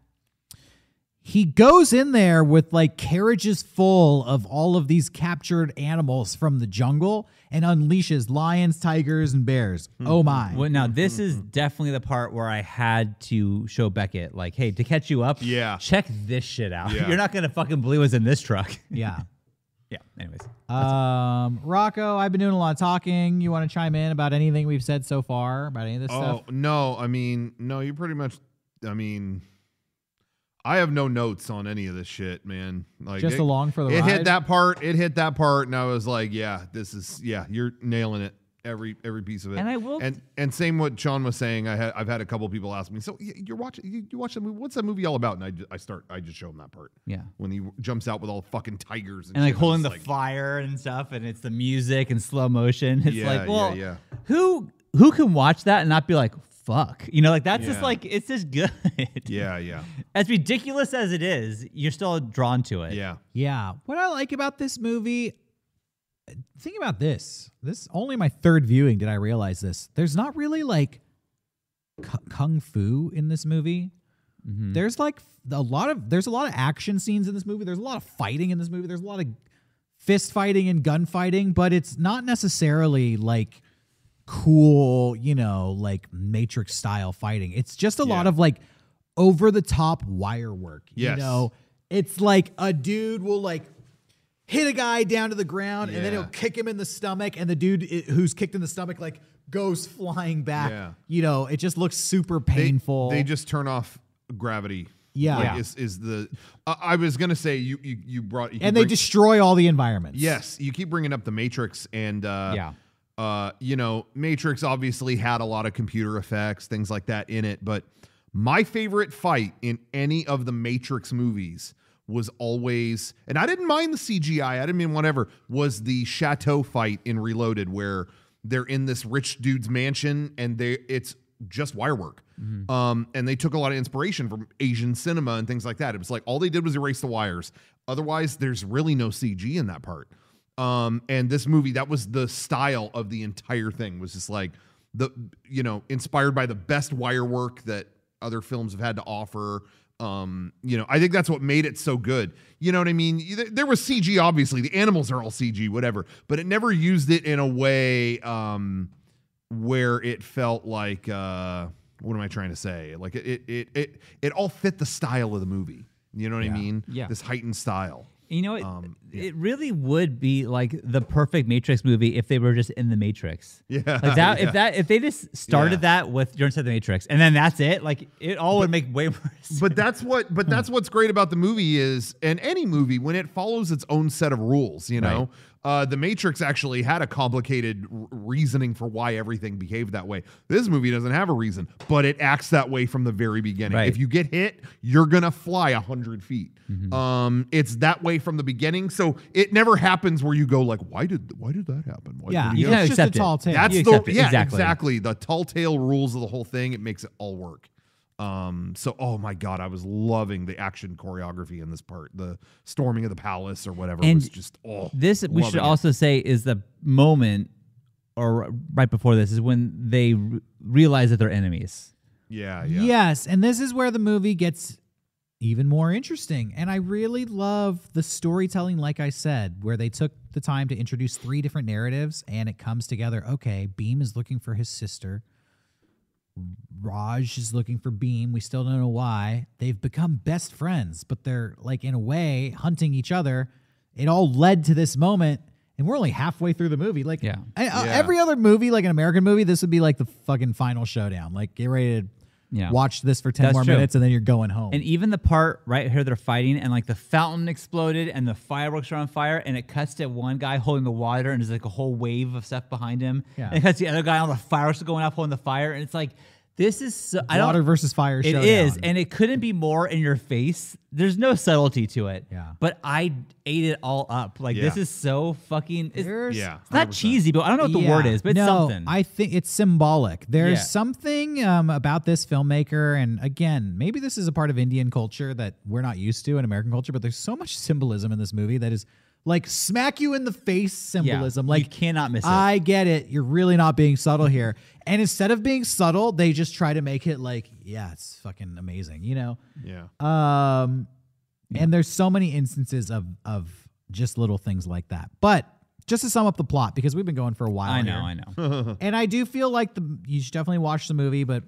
Speaker 1: He goes in there with like carriages full of all of these captured animals from the jungle and unleashes lions, tigers, and bears. Oh my.
Speaker 3: Well, now this is definitely the part where I had to show Beckett, like, hey, to catch you up,
Speaker 2: Yeah.
Speaker 3: check this shit out.
Speaker 2: Yeah.
Speaker 3: You're not gonna fucking believe what's in this truck.
Speaker 1: Yeah.
Speaker 3: yeah. Uh, Anyways,
Speaker 1: Um, Rocco, I've been doing a lot of talking. You want to chime in about anything we've said so far, about any of this
Speaker 2: Oh
Speaker 1: stuff?
Speaker 2: no, I mean, no, you pretty much. I mean, I have no notes on any of this shit, man. Like
Speaker 1: Just
Speaker 2: it,
Speaker 1: along for the
Speaker 2: it
Speaker 1: ride.
Speaker 2: hit that part. It hit that part, and I was like, yeah, this is yeah, you're nailing it. Every every piece of it.
Speaker 3: And I will-
Speaker 2: And and same what Sean was saying. I had I've had a couple people ask me. So y- you're watching you, you watch that movie. What's that movie all about? And I, ju- I start I just show them that part.
Speaker 3: yeah.
Speaker 2: When he jumps out with all the fucking tigers and,
Speaker 3: And like
Speaker 2: shit, I'm
Speaker 3: holding
Speaker 2: just
Speaker 3: the
Speaker 2: like,
Speaker 3: fire and stuff, and it's the music and slow motion. It's
Speaker 2: Yeah,
Speaker 3: like,
Speaker 2: yeah,
Speaker 3: well,
Speaker 2: yeah.
Speaker 3: who who can watch that and not be like, fuck, you know, like that's just
Speaker 2: Yeah.
Speaker 3: like it's just good.
Speaker 2: Yeah, yeah,
Speaker 3: As ridiculous as it is, you're still drawn to it.
Speaker 2: yeah.
Speaker 1: Yeah. What I like about this movie, think about this. This only my third viewing did I realize this. There's not really like cu- kung fu in this movie. There's like a lot of there's a lot of action scenes in this movie. There's a lot of fighting in this movie. There's a lot of fist fighting and gun fighting, but it's not necessarily like cool, you know, like Matrix style fighting. It's just a lot
Speaker 2: Yeah.
Speaker 1: of like over the top wire work.
Speaker 2: Yes.
Speaker 1: You know, it's like a dude will like hit a guy down to the ground and then
Speaker 2: Yeah.
Speaker 1: he'll kick him in the stomach and the dude i- who's kicked in the stomach like goes flying back.
Speaker 2: Yeah.
Speaker 1: You know, it just looks super
Speaker 2: They-
Speaker 1: painful.
Speaker 2: They, just turn off gravity.
Speaker 1: Yeah.
Speaker 2: Like,
Speaker 1: Yeah.
Speaker 2: Is, is the I I was gonna say you you, you brought you keep
Speaker 1: and they
Speaker 2: bring-
Speaker 1: destroy all the environments.
Speaker 2: yes you keep bringing up the Matrix and uh,
Speaker 3: Yeah.
Speaker 2: uh you know Matrix obviously had a lot of computer effects things like that in it but my favorite fight in any of the Matrix movies was always and I didn't mind the CGI I didn't mean whatever was the chateau fight in Reloaded where they're in this rich dude's mansion and they it's just wire work. Um, and they took a lot of inspiration from Asian cinema and things like that. It was like all they did was erase the wires. Otherwise, there's really no CG in that part. Um, and this movie, that was the style of the entire thing, was just like the you know inspired by the best wire work that other films have had to offer. Um, you know, I think that's what made it so good. You know what I mean? You- there- There was CG, obviously. The animals are all CG, whatever, but it never used it in a way. Um, where it felt like uh what am I trying to say? Like it it it it, it all fit the style of the movie. You know what I mean?
Speaker 3: Yeah.
Speaker 2: This heightened style.
Speaker 3: You know, it,
Speaker 2: Um,
Speaker 3: it really would be like the perfect Matrix movie if they were just in the Matrix.
Speaker 2: Yeah,
Speaker 3: Like that,
Speaker 2: yeah.
Speaker 3: if that, if they just started that with Journey to the Matrix, and then that's it. Like it all would make way more. Sense.
Speaker 2: But that's what
Speaker 3: Hmm.
Speaker 2: but that's what's great about the movie is and any movie when it follows its own set of rules, you know. Uh The Matrix actually had a complicated r- reasoning for why everything behaved that way. This movie doesn't have a reason, but it acts that way from the very beginning.
Speaker 3: Right.
Speaker 2: If you get hit, you're going to fly 100 feet.
Speaker 3: Mm-hmm.
Speaker 2: Um it's that way from the beginning, so it never happens where you go like why did why did that happen? Why
Speaker 1: Yeah.
Speaker 2: did
Speaker 1: It's
Speaker 2: he
Speaker 3: You
Speaker 2: go
Speaker 3: gotta
Speaker 1: just a
Speaker 3: accept it.
Speaker 1: tall tale.
Speaker 2: that's
Speaker 3: You
Speaker 2: the
Speaker 3: accept it.
Speaker 2: yeah exactly.
Speaker 3: Exactly.
Speaker 2: the tall tale rules of the whole thing it makes it all work um so oh my god i was loving the action choreography in this part the storming of the palace or whatever
Speaker 3: And
Speaker 2: was just oh
Speaker 3: this we
Speaker 2: loving
Speaker 3: should
Speaker 2: it.
Speaker 3: also say is the moment, or right before this, is when they r- realize that they're enemies.
Speaker 2: yeah yeah
Speaker 1: Yes, and this is where the movie gets even more interesting. And I really love the storytelling, like I said, where they took the time to introduce three different narratives and it comes together. Okay, Beam is looking for his sister. Raj is looking for Beam. We still don't know why. They've become best friends, but they're like in a way hunting each other. It all led to this moment. and we're only halfway through the movie. Like,
Speaker 3: Yeah.
Speaker 1: I- I-
Speaker 2: Yeah.
Speaker 1: every other movie, like an American movie, this would be like the fucking final showdown. Like, get ready to
Speaker 3: Yeah.
Speaker 1: watch this for ten
Speaker 3: That's
Speaker 1: more
Speaker 3: true.
Speaker 1: minutes, and then you're going home.
Speaker 3: And even the part right here they're fighting and like the fountain exploded and the fireworks are on fire and it cuts to one guy holding the water and there's like a whole wave of stuff behind him.
Speaker 1: Yeah.
Speaker 3: And it cuts to the other guy on the fireworks are going off holding the fire and it's like this is so, I don't
Speaker 1: Water versus fire.
Speaker 3: It
Speaker 1: showdown.
Speaker 3: is, and it couldn't be more in your face. There's no subtlety to it.
Speaker 1: Yeah.
Speaker 3: But I ate it all up. Like this
Speaker 2: Yeah.
Speaker 3: is so fucking. It's,
Speaker 1: There's-
Speaker 2: Yeah.
Speaker 3: it's not
Speaker 2: 100%.
Speaker 3: cheesy, but I don't know what the
Speaker 1: Yeah.
Speaker 3: word is, but it's
Speaker 1: no,
Speaker 3: something.
Speaker 1: I think it's symbolic. There's
Speaker 3: Yeah.
Speaker 1: something um, about this filmmaker, and again, maybe this is a part of Indian culture that we're not used to in American culture. But there's so much symbolism in this movie that is like smack you in the face symbolism.
Speaker 3: You
Speaker 1: Like
Speaker 3: cannot miss it.
Speaker 1: I get it. You're really not being subtle here. And instead of being subtle, they just try to make it like, yeah, it's fucking amazing. You know.
Speaker 2: Yeah.
Speaker 1: Um, and there's so many instances of of just little things like that. But just to sum up the plot, because we've been going for a while.
Speaker 3: I know,
Speaker 1: here,
Speaker 3: I know.
Speaker 1: and I do feel like the you should definitely watch the movie, but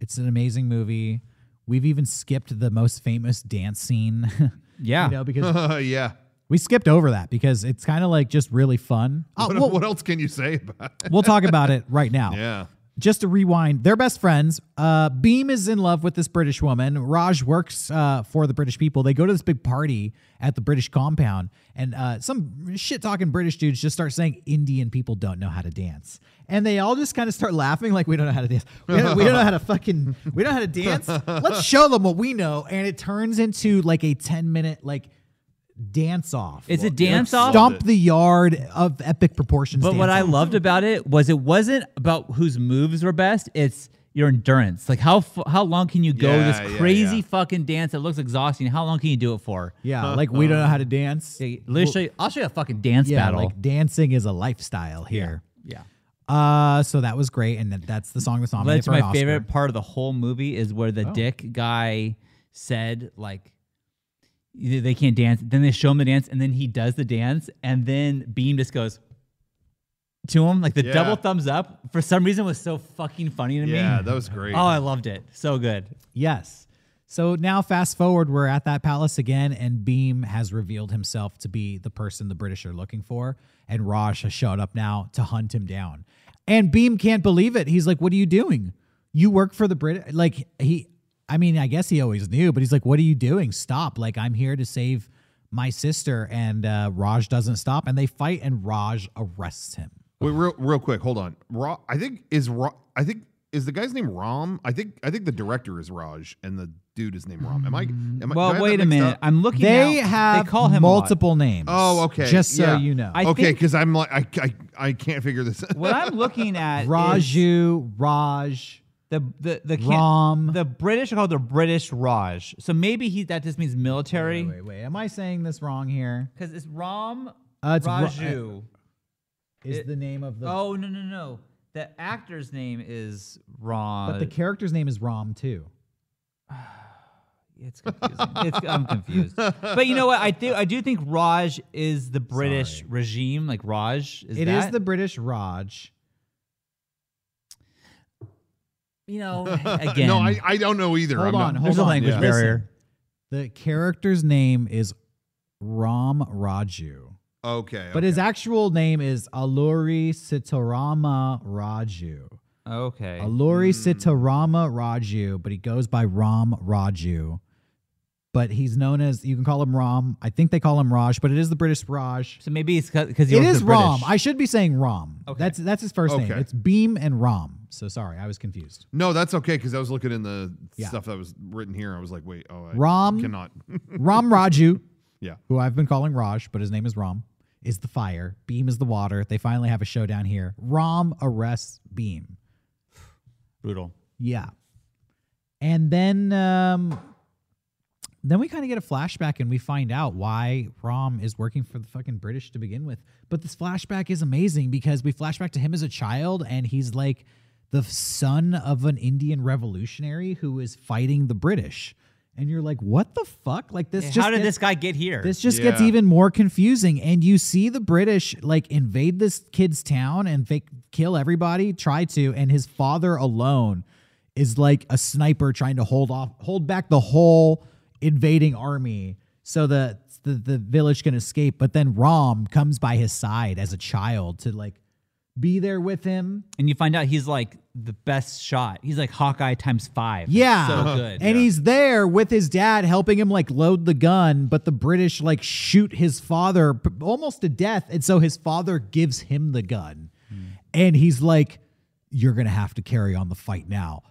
Speaker 1: it's an amazing movie. We've even skipped the most famous dance scene.
Speaker 3: Yeah.
Speaker 1: you know, because
Speaker 3: Uh,
Speaker 2: yeah.
Speaker 1: we skipped over that because it's kind of like just really fun. Oh,
Speaker 3: uh,
Speaker 2: What,
Speaker 1: we'll,
Speaker 2: what else can you say about it?
Speaker 1: we'll talk about it right now.
Speaker 2: Yeah.
Speaker 1: Just to rewind, they're best friends. Uh, Beam is in love with this British woman. Raj works uh, for the British people. They go to this big party at the British compound, and uh, some shit talking British dudes just start saying Indian people don't know how to dance, and they all just kind of start laughing like we don't know how to dance. We don't, we don't know how to fucking we don't know how to dance. Let's show them what we know, and it turns into like a ten minute like dance off.
Speaker 3: It's a dance off.
Speaker 1: stomp the yard of epic proportions.
Speaker 3: But what I
Speaker 1: dance-off.
Speaker 3: loved about it was it wasn't about whose moves were best. It's your endurance. Like how f- how long can you go
Speaker 2: Yeah,
Speaker 3: this
Speaker 2: yeah,
Speaker 3: crazy
Speaker 2: yeah.
Speaker 3: fucking dance that looks exhausting? How long can you do it for?
Speaker 1: yeah, like we don't know how to dance.
Speaker 3: Hey, let me show you- I'll show you a fucking dance
Speaker 1: yeah,
Speaker 3: battle.
Speaker 1: like dancing is a lifestyle here.
Speaker 3: yeah.
Speaker 1: Uh, so that was great, and that- that's the song that's
Speaker 3: Well,
Speaker 1: nominated
Speaker 3: That's
Speaker 1: for an
Speaker 3: my
Speaker 1: Oscar.
Speaker 3: favorite part of the whole movie is where the dick guy said like either they can't dance. Then they show him the dance, and then he does the dance, and then Beam just goes to him like the
Speaker 2: Yeah.
Speaker 3: double thumbs up. For some reason, was so fucking funny to me.
Speaker 2: Yeah. That was great.
Speaker 3: Oh, I loved it. So good.
Speaker 1: Yes. So now, fast forward, we're at that palace again, and Beam has revealed himself to be the person the British are looking for, and Raj has shown up now to hunt him down. And Beam can't believe it. He's like, "What are you doing? You work for the British?" Like he, I mean, I guess he always knew, but he's like, "What are you doing? Stop! Like I'm here to save my sister." And uh, Raj doesn't stop, and they fight, and Raj arrests him.
Speaker 2: Wait, real, real quick. Hold on. Ra- I think is Ra- I think is the guy's name Ram. I think I think the director is Raj and the dude is named Ram. Am I? Am I do I have
Speaker 3: Mm, Well,
Speaker 2: that
Speaker 3: wait a
Speaker 2: mixed
Speaker 3: minute.
Speaker 2: up?
Speaker 3: I'm looking.
Speaker 1: They
Speaker 3: now.
Speaker 1: have
Speaker 3: they call him a lot.
Speaker 1: multiple names.
Speaker 2: Oh, okay.
Speaker 1: Just so
Speaker 2: Yeah.
Speaker 1: you know,
Speaker 3: I
Speaker 2: okay,
Speaker 3: think-
Speaker 2: because I'm like I, I I can't figure this. out.
Speaker 3: What I'm looking at, is
Speaker 1: Raju, Raj.
Speaker 3: the the the can-
Speaker 1: Rom.
Speaker 3: the British are called the British Raj. So maybe he that just means military.
Speaker 1: Wait, wait, wait. Am I saying this wrong here?
Speaker 3: Because it's Ram
Speaker 1: Uh, it's Ra-
Speaker 3: Raju.
Speaker 1: Is
Speaker 3: It-
Speaker 1: the name of the
Speaker 3: oh no no no! The actor's name is Ram.
Speaker 1: but the character's name is Rom too.
Speaker 3: it's confusing. it's, I'm confused. But you know what? I do I do think Raj is the British
Speaker 1: Sorry.
Speaker 3: regime. Like Raj is
Speaker 1: It is
Speaker 3: that?
Speaker 1: the British Raj.
Speaker 3: you know again.
Speaker 2: no, I, I don't know either.
Speaker 1: Hold
Speaker 2: I'm
Speaker 1: on,
Speaker 2: not-
Speaker 1: hold
Speaker 3: there's a
Speaker 1: on.
Speaker 3: language
Speaker 2: Yeah.
Speaker 3: barrier.
Speaker 1: Listen, the character's name is Ram Raju,
Speaker 2: Okay,
Speaker 1: but
Speaker 2: okay.
Speaker 1: his actual name is Aluri Sitarama Raju.
Speaker 3: Okay.
Speaker 1: Aluri Sitarama Raju, but he goes by Ram Raju. But he's known as you can call him Ram. I think they call him Raj, but it is the British Raj.
Speaker 3: So maybe it's because
Speaker 1: It is Rom. I should be saying Rom.
Speaker 3: Okay.
Speaker 1: That's that's his first name.
Speaker 2: Okay.
Speaker 1: It's Beam and Rom. So sorry, I was confused.
Speaker 2: no, that's okay because I was looking in the
Speaker 1: Yeah.
Speaker 2: stuff that was written here. I was like, wait, oh, I
Speaker 1: Ram-
Speaker 2: cannot.
Speaker 1: Ram Raju,
Speaker 2: yeah,
Speaker 1: who I've been calling Raj, but his name is Rom, is the fire. Beam is the water. They finally have a showdown here. Rom arrests Beam.
Speaker 3: brutal.
Speaker 1: Yeah. And then um then we kind of get a flashback and we find out why Rom is working for the fucking British to begin with. But this flashback is amazing because we flash back to him as a child and he's like the son of an Indian revolutionary who is fighting the British. And you're like, what the fuck? Like this just
Speaker 3: How did
Speaker 1: gets-
Speaker 3: this guy get here?
Speaker 1: this just gets
Speaker 2: Yeah.
Speaker 1: even more confusing. And you see the British like invade this kid's town and they kill everybody, try to, and his father alone is like a sniper trying to hold off, hold back the whole invading army. So the that's the the village can escape. But then Rom comes by his side as a child to like be there with him.
Speaker 3: and you find out he's like the best shot. He's like Hawkeye times five. It's
Speaker 1: Yeah. Uh-huh.
Speaker 3: so good.
Speaker 1: And he's there with his dad helping him like load the gun, but the British like shoot his father p- almost to death. And so his father gives him the gun. And he's like, You're going to have to carry on the fight now.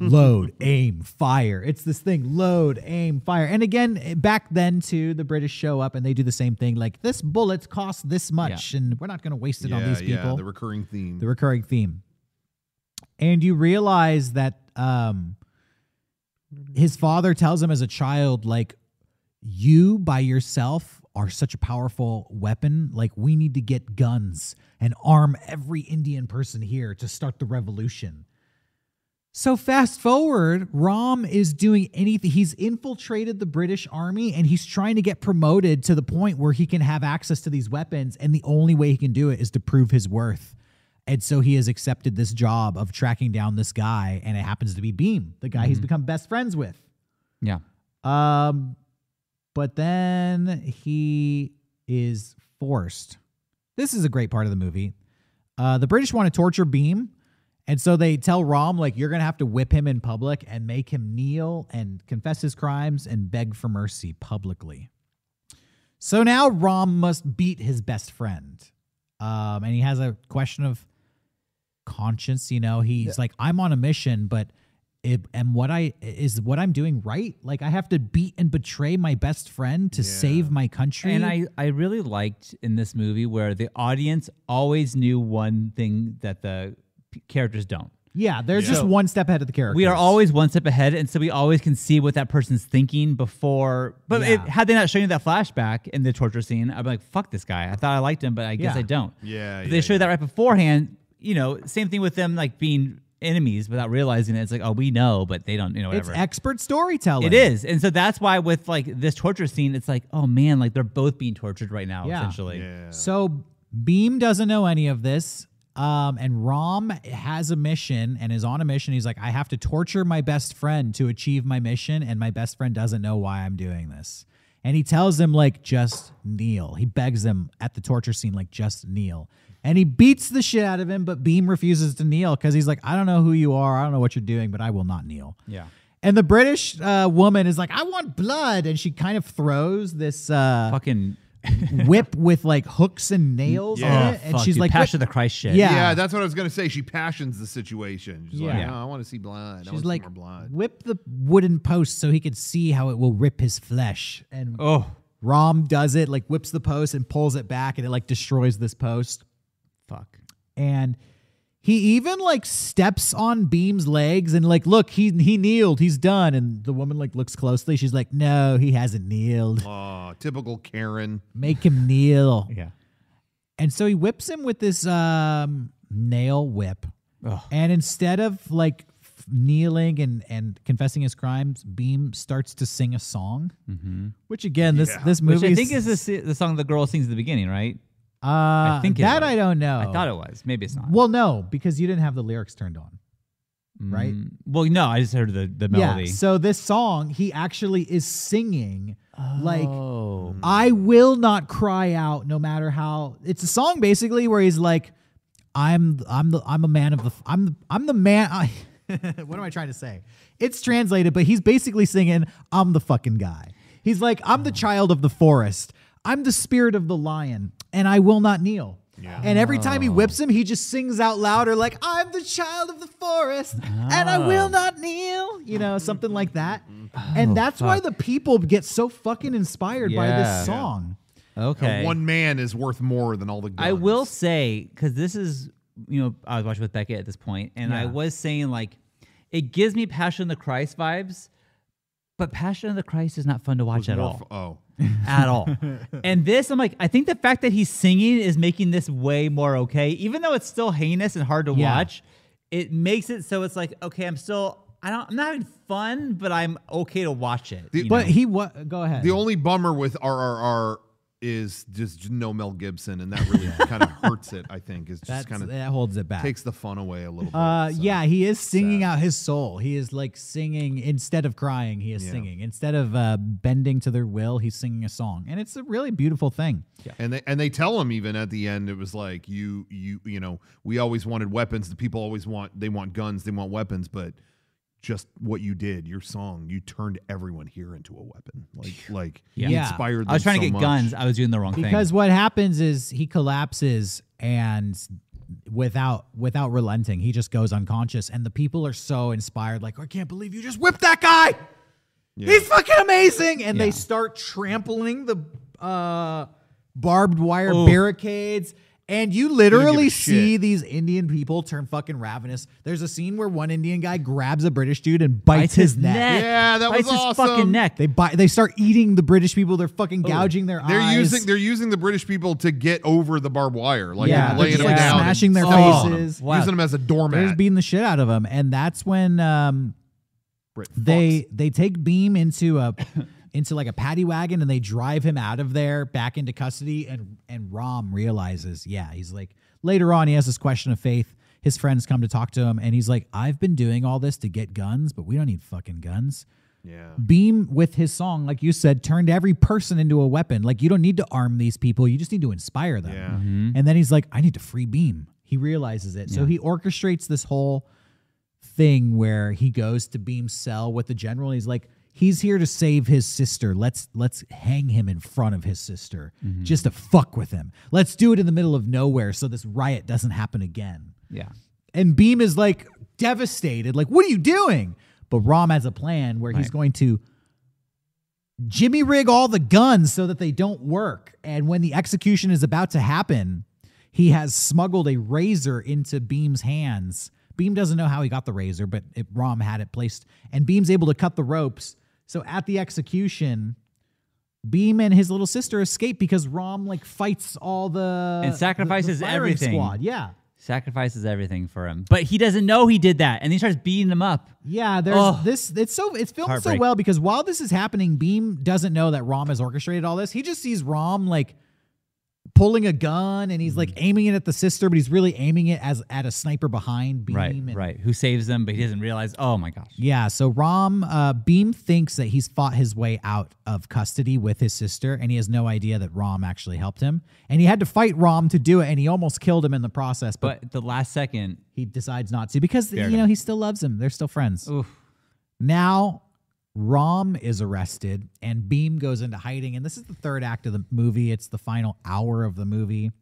Speaker 1: load, aim, fire. It's this thing load, aim, fire. And again, eh, back then too, the British show up and they do the same thing like, This bullet costs this much, and we're not going to waste it on
Speaker 2: yeah,
Speaker 1: these people
Speaker 2: yeah, the recurring theme.
Speaker 1: the recurring theme. And you realize that um, his father tells him as a child, like, you by yourself are such a powerful weapon. Like, we need to get guns and arm every Indian person here to start the revolution. So, fast forward, Rom is doing anything. He's infiltrated the British army and he's trying to get promoted to the point where he can have access to these weapons. And the only way he can do it is to prove his worth. And so he has accepted this job of tracking down this guy, and it happens to be Beam, the guy he's become best friends with.
Speaker 3: yeah.
Speaker 1: Um, but then he is forced. This is a great part of the movie. Uh, the British want to torture Beam, and so they tell Rom like you're gonna have to whip him in public and make him kneel and confess his crimes and beg for mercy publicly. So now Rom must beat his best friend, um, and he has a question of conscience. You know, he's like, I'm on a mission, but it, and what I is what I'm doing right? Like I have to beat and betray my best friend to save my country.
Speaker 3: And I, I really liked in this movie where the audience always knew one thing that the p- characters don't.
Speaker 1: yeah, there's just
Speaker 3: So-
Speaker 1: one step ahead of the character.
Speaker 3: We are always one step ahead, and so we always can see what that person's thinking before. But it,
Speaker 1: Yeah.
Speaker 3: had they not shown you that flashback in the torture scene, I'd be like, "Fuck this guy." I thought I liked him, but I guess
Speaker 1: Yeah.
Speaker 3: I don't.
Speaker 2: Yeah,
Speaker 3: But they
Speaker 2: yeah,
Speaker 3: show you that right beforehand. You know, same thing with them like being enemies without realizing it. It's like, oh, we know, but they don't. You know,
Speaker 1: it's
Speaker 3: whatever.
Speaker 1: expert storytelling.
Speaker 3: It is. And so that's why with like this torture scene, it's like, oh man, like they're both being tortured right now,
Speaker 1: Yeah.
Speaker 3: essentially.
Speaker 2: yeah.
Speaker 1: So Beam doesn't know any of this. Um, and Rom has a mission and is on a mission. He's like, I have to torture my best friend to achieve my mission, and my best friend doesn't know why I'm doing this. And he tells him, like, just kneel. He begs him at the torture scene, like, just kneel. And he beats the shit out of him, but Beam refuses to kneel because he's like, I don't know who you are. I don't know what you're doing, but I will not kneel.
Speaker 3: Yeah.
Speaker 1: And the British uh, woman is like, I want blood. And she kind of throws this uh,
Speaker 3: Fucking
Speaker 1: whip with like hooks and nails
Speaker 2: Yeah.
Speaker 1: on
Speaker 3: oh,
Speaker 1: it, and
Speaker 3: fuck,
Speaker 1: she's
Speaker 3: dude,
Speaker 1: like,
Speaker 3: Passion of
Speaker 1: "What-"
Speaker 3: the Christ shit.
Speaker 1: Yeah.
Speaker 2: Yeah, that's what I was gonna say. She passions the situation. She's like,
Speaker 1: Yeah.
Speaker 2: no, I want to see blood. I
Speaker 1: she's
Speaker 2: want
Speaker 1: like,
Speaker 2: more blood.
Speaker 1: whip the wooden post so he could see how it will rip his flesh." And
Speaker 3: Oh,
Speaker 1: Rom does it, like whips the post and pulls it back, and it like destroys this post.
Speaker 3: fuck.
Speaker 1: And he even like steps on Beam's legs and like, look, he he kneeled, he's done. And the woman like looks closely. She's like, no, he hasn't kneeled.
Speaker 2: Aw, typical Karen.
Speaker 1: Make him kneel.
Speaker 3: Yeah.
Speaker 1: And so he whips him with this um, nail whip.
Speaker 3: Ugh.
Speaker 1: And instead of like f- kneeling and, and confessing his crimes, Beam starts to sing a song,
Speaker 3: Mm-hmm.
Speaker 1: which again, this this
Speaker 3: Which
Speaker 1: movie
Speaker 3: I think is the, si- the song the girl sings at the beginning, right?
Speaker 1: Uh,
Speaker 3: think it
Speaker 1: that
Speaker 3: was.
Speaker 1: I don't know.
Speaker 3: I thought it was. Maybe it's not.
Speaker 1: Well, no, because you didn't have the lyrics turned on. right?
Speaker 3: Mm, well, no, I just heard the, the melody.
Speaker 1: Yeah. So this song, he actually is singing like
Speaker 3: oh.
Speaker 1: I will not cry out no matter how it's a song basically where he's like I'm I'm the I'm a man of the I'm the, I'm the man I, what am I trying to say? It's translated but he's basically singing I'm the fucking guy. He's like I'm
Speaker 3: Oh.
Speaker 1: the child of the forest. I'm the spirit of the lion and I will not kneel. And every time he
Speaker 2: Oh.
Speaker 1: whips him, he just sings out louder, like, I'm the child of the forest and
Speaker 2: Ah.
Speaker 1: I will not kneel, you know, something like that.
Speaker 2: Mm-hmm. Oh,
Speaker 1: and that's why the people get so fucking inspired by
Speaker 3: Yeah.
Speaker 1: this song.
Speaker 3: Okay.
Speaker 2: A One man is worth more than all the guns.
Speaker 3: I will say because this is you know I was watching with Becca at this point, and I
Speaker 1: Yeah.
Speaker 3: was saying like it gives me Passion of the Christ vibes, but Passion of the Christ is not fun to watch at
Speaker 2: More
Speaker 3: all,
Speaker 2: f- Oh,
Speaker 3: at all. And this, I'm like, I think the fact that he's singing is making this way more okay, even though it's still heinous and hard to
Speaker 1: Yeah.
Speaker 3: watch. It makes it so it's like okay, I'm still I don't I'm not having fun, but I'm okay to watch it.
Speaker 2: The-
Speaker 3: you
Speaker 1: But
Speaker 3: know?
Speaker 1: he what? Go ahead.
Speaker 2: the only bummer with RRR is just no Mel Gibson, and that really kind of hurts it. I think is
Speaker 1: That's,
Speaker 2: just kind of
Speaker 1: that holds it back.
Speaker 2: takes the fun away a little bit.
Speaker 1: Uh,
Speaker 2: so.
Speaker 1: yeah, he is singing out his soul. He is like singing instead of crying. He is
Speaker 2: Yeah.
Speaker 1: singing instead of uh, bending to their will. He's singing a song, and it's a really beautiful thing.
Speaker 2: And they and they tell him even at the end it was like you you you know we always wanted weapons the people always want they want guns they want weapons but just what you did your song you turned everyone here into a weapon like like
Speaker 3: Yeah.
Speaker 2: you
Speaker 1: Yeah.
Speaker 2: inspired them
Speaker 3: I was trying
Speaker 2: so
Speaker 3: to get
Speaker 2: much.
Speaker 3: guns. I was doing the wrong
Speaker 1: Because
Speaker 3: thing.
Speaker 1: what happens is he collapses and without without relenting, he just goes unconscious. And the people are so inspired, like, I can't believe you just whipped that guy.
Speaker 2: Yeah.
Speaker 1: He's fucking amazing. And
Speaker 3: Yeah.
Speaker 1: they start trampling the uh, barbed wire
Speaker 3: Oh.
Speaker 1: barricades. And you literally
Speaker 2: shit.
Speaker 1: see these Indian people turn fucking ravenous. There's a scene where one Indian guy grabs a British dude and bites, his, neck.
Speaker 2: Yeah, that
Speaker 3: Bites
Speaker 2: was
Speaker 3: his
Speaker 2: awesome.
Speaker 3: fucking neck.
Speaker 1: They bite, they start eating the British people. They're fucking gouging their
Speaker 2: they're
Speaker 1: eyes.
Speaker 2: using they're using the British people to get over the barbed wire like
Speaker 1: Yeah,
Speaker 2: laying
Speaker 1: they're
Speaker 2: them
Speaker 1: just, like,
Speaker 2: down and
Speaker 1: smashing their
Speaker 2: stepping on 'em,
Speaker 1: faces.
Speaker 3: Wow.
Speaker 2: using them as
Speaker 1: They're
Speaker 2: a
Speaker 1: just
Speaker 2: doormat.
Speaker 1: beating the shit out of them, and that's when um,
Speaker 2: Right, fucks.
Speaker 1: they they take Beam into a into like a paddy wagon and they drive him out of there back into custody. And and Rom realizes, yeah, he's like later on he has this question of faith. His friends come to talk to him, and he's like, "I've been doing all this to get guns, but we don't need fucking guns."
Speaker 2: yeah.
Speaker 1: Beam with his song, like you said, turned every person into a weapon. Like you don't need to arm these people; you just need to inspire them.
Speaker 2: Yeah.
Speaker 1: And then he's like, I need to free Beam. He realizes it. So he orchestrates this whole thing where he goes to Beam's cell with the general. And he's like, he's here to save his sister. Let's let's hang him in front of his sister just to fuck with him. Let's do it in the middle of nowhere so this riot doesn't happen again.
Speaker 3: Yeah.
Speaker 1: And Beam is like devastated, like, what are you doing? But Rom has a plan where he's
Speaker 3: Right.
Speaker 1: going to jimmy rig all the guns so that they don't work. And when the execution is about to happen, he has smuggled a razor into Beam's hands. Beam doesn't know how he got the razor, but it, Rom had it placed, and Beam's able to cut the ropes. So at the execution, Beam and his little sister escape because Rom like fights all the
Speaker 3: And sacrifices
Speaker 1: firing
Speaker 3: everything.
Speaker 1: Squad, yeah.
Speaker 3: Sacrifices everything for him, but he doesn't know he did that, and he starts beating him up.
Speaker 1: Yeah, there's
Speaker 3: Ugh.
Speaker 1: this. It's so it's filmed so
Speaker 3: Heartbreak.
Speaker 1: well because while this is happening, Beam doesn't know that Rom has orchestrated all this. He just sees Rom like pulling a gun and he's like
Speaker 3: Mm.
Speaker 1: aiming it at the sister, but he's really aiming it as at a sniper behind Beam.
Speaker 3: Right.
Speaker 1: and-
Speaker 3: Right. Who saves them, but he doesn't realize. Oh my gosh.
Speaker 1: Yeah. So Rom uh, Beam thinks that he's fought his way out of custody with his sister, and he has no idea that Rom actually helped him. And he had to fight Rom to do it, and he almost killed him in the process, but,
Speaker 3: But at the last second,
Speaker 1: he decides not to because
Speaker 3: Fair
Speaker 1: you know
Speaker 3: enough.
Speaker 1: he still loves him. They're still friends.
Speaker 3: oof.
Speaker 1: Now, Rom is arrested and Beam goes into hiding. And this is the third act of the movie. It's the final hour of the movie.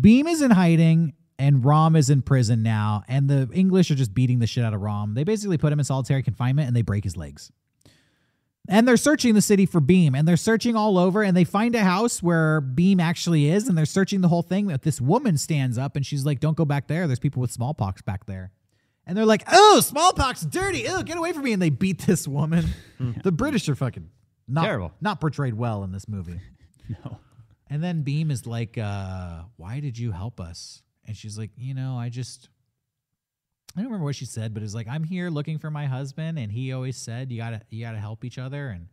Speaker 1: Beam is in hiding and Rom is in prison now. And the English are just beating the shit out of Rom. They basically put him in solitary confinement and they break his legs. And they're searching the city for Beam and they're searching all over and they find a house where Beam actually is and they're searching the whole thing. But this woman stands up and she's like, Don't go back there. There's people with smallpox back there. And they're like, Oh, smallpox, dirty. Oh, get away from me. And they beat this woman. the British are fucking not,
Speaker 3: Terrible.
Speaker 1: not portrayed well in this movie. no. And then Beam is like, uh, Why did you help us? And she's like, You know, I just. I don't remember what she said, but it's like I'm here looking for my husband, and he always said you gotta you gotta help each other, and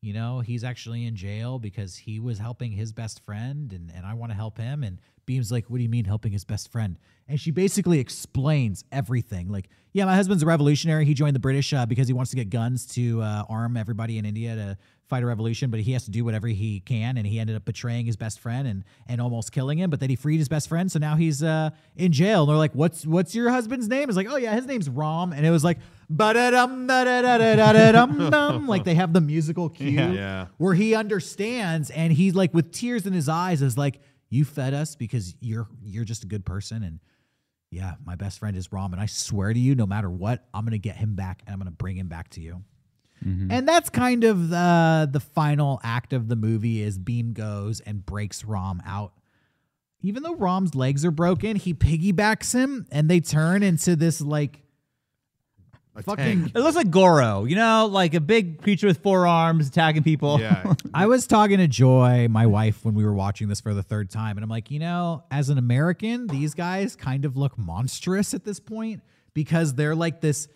Speaker 1: you know he's actually in jail because he was helping his best friend, and and I want to help him. And Beam's like, "What do you mean helping his best friend?" And she basically explains everything. Like, yeah, my husband's a revolutionary. He joined the British uh, because he wants to get guns to uh, arm everybody in India to fight a revolution, but he has to do whatever he can, and he ended up betraying his best friend and and almost killing him. But then he freed his best friend, so now he's uh, in jail. And they're like, "What's what's your husband's name?" It's like, "Oh yeah, his name's Rom," and it was like, "Ba-da-dum, ba-da-da-da-da-da-dum, dum." like they have the musical cue
Speaker 2: Yeah.
Speaker 1: where he understands, and he's like with tears in his eyes, is like, "You fed us because you're you're just a good person and." Yeah, my best friend is Rom, and I swear to you, no matter what, I'm gonna get him back, and I'm gonna bring him back to you. And that's kind of the the final act of the movie is Beam goes and breaks Rom out. Even though Rom's legs are broken, he piggybacks him and they turn into this like
Speaker 2: A
Speaker 1: fucking
Speaker 2: tank.
Speaker 3: It looks like Goro, you know, like a big creature with four arms attacking people.
Speaker 2: Yeah.
Speaker 1: I was talking to Joy, my wife, when we were watching this for the third time, and I'm like, you know, as an American, these guys kind of look monstrous at this point because they're like this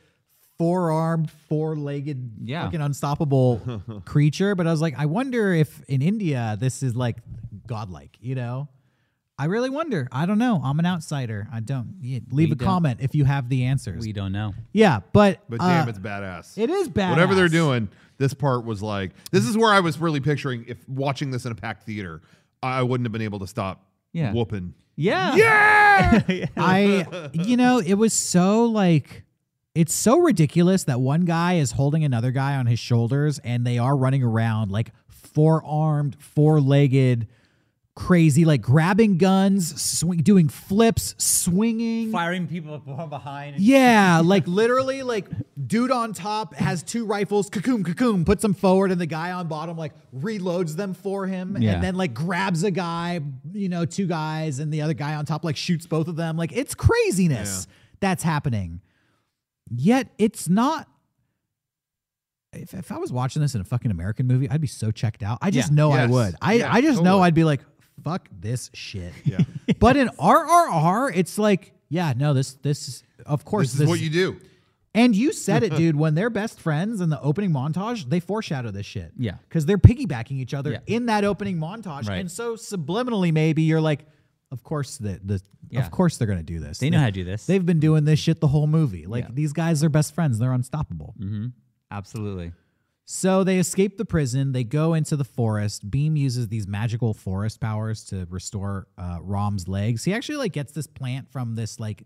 Speaker 1: four armed, four legged,
Speaker 3: Yeah.
Speaker 1: fucking unstoppable creature. But I was like, I wonder if in India this is like godlike, you know? I really wonder. I don't know. I'm an outsider. I don't. yeah, leave a
Speaker 3: We don't-
Speaker 1: comment if you have the answers.
Speaker 3: We don't know.
Speaker 1: yeah, but
Speaker 2: But
Speaker 1: uh,
Speaker 2: damn, it's badass.
Speaker 1: it is bad.
Speaker 2: Whatever they're doing, this part was like this is where I was really picturing if watching this in a packed theater, I wouldn't have been able to stop
Speaker 3: Yeah.
Speaker 2: whooping.
Speaker 3: Yeah. Yeah.
Speaker 1: I, you know, it was so like, it's so ridiculous that one guy is holding another guy on his shoulders and they are running around like four armed, four legged, crazy, like grabbing guns, swing, doing flips, swinging.
Speaker 3: Firing people from behind. and-
Speaker 1: Yeah, like literally, like dude on top has two rifles, cocoon, cocoon, puts them forward, and the guy on bottom like reloads them for him,
Speaker 3: Yeah.
Speaker 1: and then like grabs a guy, you know, two guys, and the other guy on top like shoots both of them. Like it's craziness that's happening. Yet it's not. If, if I was watching this in a fucking American movie, I'd be so checked out. I just
Speaker 3: Yeah.
Speaker 1: know
Speaker 2: Yes.
Speaker 1: I would. I,
Speaker 2: Yeah,
Speaker 1: I just know
Speaker 2: totally.
Speaker 1: I'd be like, fuck this shit.
Speaker 2: Yeah.
Speaker 1: But in RRR, it's like, yeah, no, this this is of course
Speaker 2: This is what you do.
Speaker 1: and you said it, dude. When they're best friends in the opening montage, they foreshadow this shit.
Speaker 3: Yeah.
Speaker 1: because they're piggybacking each other
Speaker 3: Yeah.
Speaker 1: in that opening montage,
Speaker 3: Right.
Speaker 1: and so subliminally, maybe you're like, of course the the
Speaker 3: Yeah.
Speaker 1: of course they're gonna do this.
Speaker 3: They know how to do this.
Speaker 1: They've been doing this shit the whole movie. Like
Speaker 3: Yeah.
Speaker 1: these guys are best friends. They're unstoppable.
Speaker 3: Absolutely.
Speaker 1: So they escape the prison. They go into the forest. Beam uses these magical forest powers to restore uh, Rom's legs. He actually like gets this plant from this like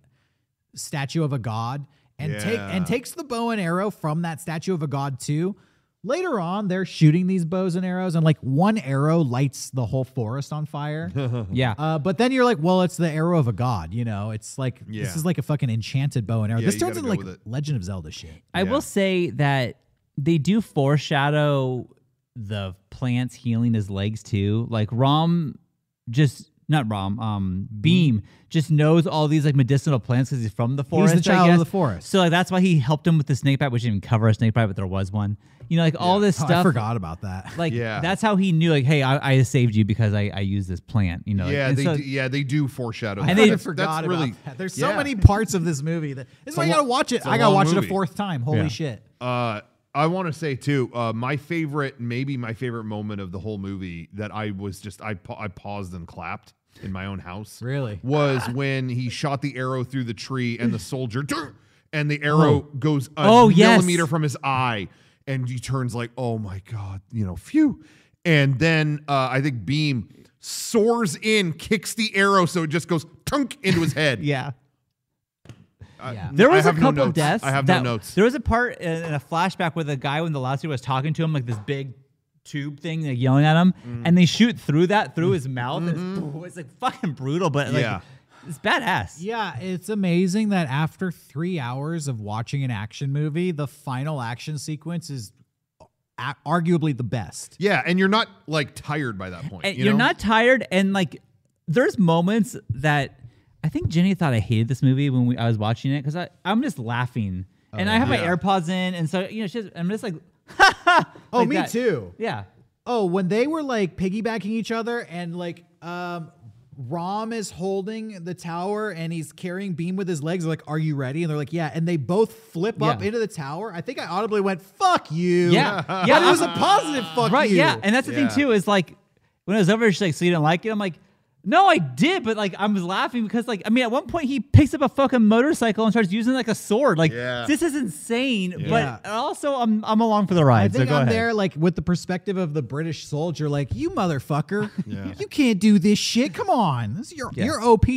Speaker 1: statue of a god and take
Speaker 2: Yeah.
Speaker 1: and takes the bow and arrow from that statue of a god too. Later on, they're shooting these bows and arrows, and like one arrow lights the whole forest on fire.
Speaker 3: Yeah.
Speaker 1: Uh, but then you're like, well, it's the arrow of a god, you know? It's like
Speaker 2: Yeah.
Speaker 1: this is like a fucking enchanted bow and arrow.
Speaker 2: Yeah,
Speaker 1: this
Speaker 2: you
Speaker 1: turns
Speaker 2: gotta
Speaker 1: into
Speaker 2: go
Speaker 1: like
Speaker 2: with it.
Speaker 1: Legend of Zelda shit.
Speaker 3: I
Speaker 2: Yeah.
Speaker 3: will say that they do foreshadow the plants healing his legs too. Like Rom just not Rom, um Beam just knows all these like medicinal plants because he's from the forest. I
Speaker 1: child of
Speaker 3: guess.
Speaker 1: the forest.
Speaker 3: So like that's why he helped him with the snake bite, which didn't even cover a snake bite, but there was one. You know, like all this
Speaker 1: Oh,
Speaker 3: stuff.
Speaker 1: I forgot about that.
Speaker 3: Like
Speaker 2: Yeah.
Speaker 3: that's how he knew, like, hey, I, I saved you because I, I used this plant. You know, like,
Speaker 2: yeah,
Speaker 3: and
Speaker 2: they
Speaker 3: so-
Speaker 2: do, yeah, they do foreshadow.
Speaker 1: I
Speaker 2: that.
Speaker 1: they
Speaker 2: That's-
Speaker 1: forgot
Speaker 2: that's really,
Speaker 1: about that. There's so
Speaker 2: yeah.
Speaker 1: many parts of this movie that this is why
Speaker 2: a
Speaker 1: I gotta
Speaker 2: lo-
Speaker 1: watch it.
Speaker 2: it's a
Speaker 1: I gotta
Speaker 2: long
Speaker 1: watch it
Speaker 2: movie.
Speaker 1: a fourth time. Holy
Speaker 3: Yeah.
Speaker 1: shit!
Speaker 2: Uh, I want to say too, uh, my favorite, maybe my favorite moment of the whole movie that I was just I pa- I paused and clapped in my own house.
Speaker 1: Really?
Speaker 2: was when he shot the arrow through the tree and the soldier, "Durr!" and the arrow goes a
Speaker 3: Oh, yes.
Speaker 2: millimeter from his eye, and he turns like, oh my god, you know, phew. And then uh, I think Beam soars in, kicks the arrow, so it just goes tunk into his head.
Speaker 3: yeah.
Speaker 2: I-
Speaker 1: Yeah.
Speaker 3: There
Speaker 2: I
Speaker 3: was a
Speaker 2: have no
Speaker 3: couple
Speaker 2: notes.
Speaker 3: deaths.
Speaker 2: I have
Speaker 3: that-
Speaker 2: no notes.
Speaker 3: There was a part in in a flashback where the guy when the lawsuit was talking to him, like this big tube thing, like yelling at him,
Speaker 2: Mm-hmm.
Speaker 3: and they shoot through that through his mouth. And it's, it's like fucking brutal, but like
Speaker 2: Yeah.
Speaker 3: it's badass.
Speaker 1: Yeah, it's amazing that after three hours of watching an action movie, the final action sequence is a- arguably the best.
Speaker 2: Yeah, and you're not like tired by that point.
Speaker 3: And
Speaker 2: you
Speaker 3: you're
Speaker 2: know?
Speaker 3: not tired, and like there's moments that I think Jenny thought I hated this movie when we, I was watching it because I I'm just laughing, and I have my
Speaker 2: Yeah.
Speaker 3: AirPods in, and so you know she's, I'm just like,
Speaker 1: Oh,
Speaker 3: like
Speaker 1: me
Speaker 3: that.
Speaker 1: too.
Speaker 3: Yeah.
Speaker 1: Oh, when they were like piggybacking each other and like um Rom is holding the tower and he's carrying Beam with his legs. Like, are you ready? And they're like, yeah. And they both flip up
Speaker 3: Yeah.
Speaker 1: into the tower. I think I audibly went, "Fuck you."
Speaker 3: Yeah. Yeah.
Speaker 1: But it was a positive "fuck
Speaker 3: right,
Speaker 1: you."
Speaker 3: yeah. And that's the
Speaker 2: Yeah.
Speaker 3: thing too is like when I was over, she's like, "So you didn't like it?" I'm like, "No, I did," but like I was laughing because like I mean, at one point he picks up a fucking motorcycle and starts using like a sword. Like
Speaker 2: Yeah.
Speaker 3: this is insane,
Speaker 1: Yeah.
Speaker 3: but also I'm I'm along for the
Speaker 1: I
Speaker 3: ride.
Speaker 1: think
Speaker 3: so go
Speaker 1: I'm
Speaker 3: ahead.
Speaker 1: there, like, with the perspective of the British soldier, like, you motherfucker,
Speaker 2: Yeah.
Speaker 1: you can't do this shit. Come on, this is your
Speaker 3: Yeah.
Speaker 1: your OP.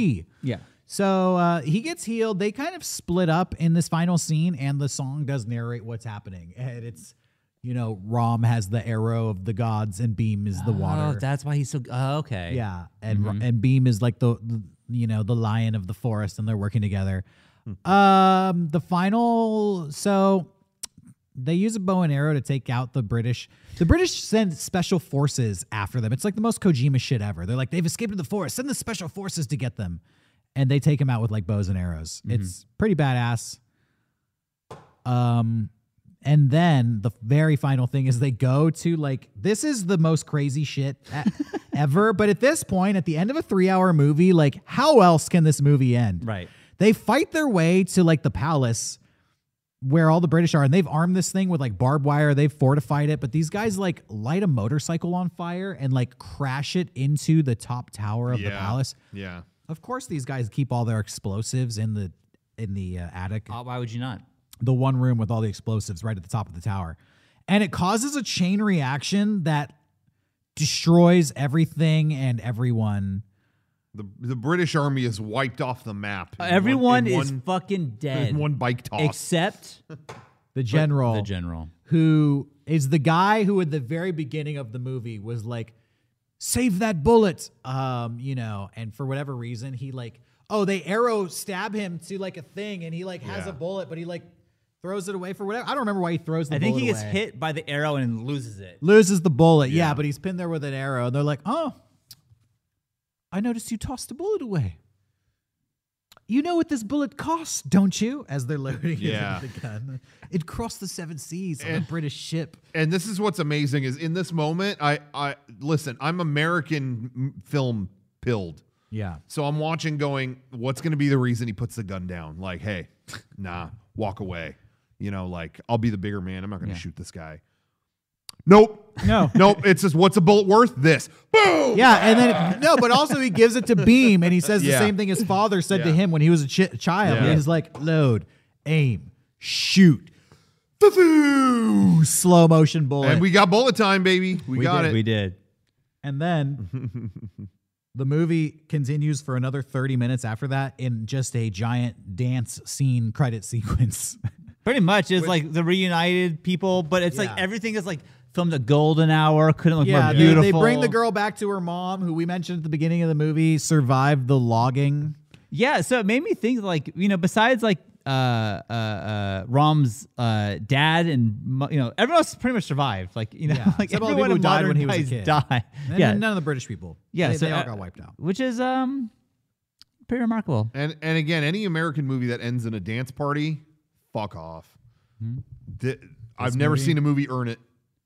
Speaker 3: Yeah.
Speaker 1: So uh, he gets healed. They kind of split up in this final scene, and the song does narrate what's happening. And it's, you know, Rom has the arrow of the gods, and Beam is the water.
Speaker 3: Oh, that's why he's so. Oh, okay.
Speaker 1: yeah, and and Beam is like the, the you know the lion of the forest, and they're working together. Um, the final so they use a bow and arrow to take out the British. The British send special forces after them. It's like the most Kojima shit ever. They're like, they've escaped to the forest. Send the special forces to get them. And they take them out with like bows and arrows. It's pretty badass. Um, and then the very final thing is they go to like this is the most crazy shit e- ever. But at this point, at the end of a three-hour movie, like how else can this movie end?
Speaker 3: Right.
Speaker 1: They fight their way to like the palace where all the British are, and they've armed this thing with like barbed wire. They've fortified it, but these guys like light a motorcycle on fire and like crash it into the top tower of the
Speaker 2: Yeah.
Speaker 1: palace.
Speaker 2: Yeah.
Speaker 1: Of course, these guys keep all their explosives in the in the uh, attic,
Speaker 3: Uh, why would you not?
Speaker 1: the one room with all the explosives right at the top of the tower, and it causes a chain reaction that destroys everything and everyone.
Speaker 2: The the British army is wiped off the map. in
Speaker 3: Uh, Everyone
Speaker 2: one, in
Speaker 3: is
Speaker 2: one,
Speaker 3: fucking dead
Speaker 2: in one bike toss.
Speaker 3: except
Speaker 1: The general,
Speaker 3: the general.
Speaker 1: who is the guy who at the very beginning of the movie was like save that bullet um you know and for whatever reason he like oh they arrow stab him to like a thing and he like has
Speaker 2: Yeah.
Speaker 1: a bullet but he like throws it away for whatever i don't remember why he throws the
Speaker 3: I think
Speaker 1: bullet
Speaker 3: he gets
Speaker 1: away.
Speaker 3: hit by the arrow and loses it.
Speaker 1: loses the bullet yeah.
Speaker 2: Yeah.
Speaker 1: but he's pinned there with an arrow and they're like oh i noticed you tossed the bullet away you know what this bullet costs, don't you? As they're loading
Speaker 2: Yeah. Eh.
Speaker 1: it into the gun, it crossed the seven seas on a British ship.
Speaker 2: and this is what's amazing is in this moment I I listen, I'm American m- film pilled.
Speaker 1: Yeah,
Speaker 2: So I'm watching going what's going to be the reason he puts the gun down? Like, hey, nah, walk away. You know, like I'll be the bigger man. I'm not going to shoot this guy. Nope.
Speaker 1: No.
Speaker 2: nope. It's just what's a bullet worth? This. Boom.
Speaker 1: Yeah, and then no, but also he gives it to Beam, and he says the
Speaker 2: Yeah.
Speaker 1: same thing his father said to
Speaker 2: Yeah.
Speaker 1: him when he was a chi- child.
Speaker 2: Yeah.
Speaker 1: He's like, load, aim, shoot,
Speaker 2: Ba-boo.
Speaker 1: slow motion bullet,
Speaker 2: And we got bullet time, baby. We, got
Speaker 3: did,
Speaker 2: it.
Speaker 3: We did.
Speaker 1: And then the movie continues for another thirty minutes after that in just a giant dance scene credit sequence.
Speaker 3: Pretty much is like the reunited people, but it's like
Speaker 1: Yeah.
Speaker 3: everything is like filmed at golden hour. Couldn't look
Speaker 1: yeah,
Speaker 3: more
Speaker 1: they,
Speaker 3: beautiful.
Speaker 1: they bring the girl back to her mom, who we mentioned at the beginning of the movie survived the logging.
Speaker 3: Yeah, so it made me think like you know, besides like uh, uh, uh, Rom's uh, dad and mo- you know everyone else pretty much survived. Like you know,
Speaker 1: Yeah,
Speaker 3: like
Speaker 1: except all the
Speaker 3: everyone
Speaker 1: people
Speaker 3: in
Speaker 1: who died
Speaker 3: modern
Speaker 1: when he was a
Speaker 3: times
Speaker 1: kid.
Speaker 3: died.
Speaker 1: And
Speaker 3: yeah,
Speaker 1: none of the British people.
Speaker 3: yeah,
Speaker 1: they,
Speaker 3: so
Speaker 1: they all
Speaker 3: uh,
Speaker 1: got wiped out.
Speaker 3: which is um pretty remarkable.
Speaker 2: And and again, any American movie that ends in a dance party, fuck off. Th- I've never seen a movie earn it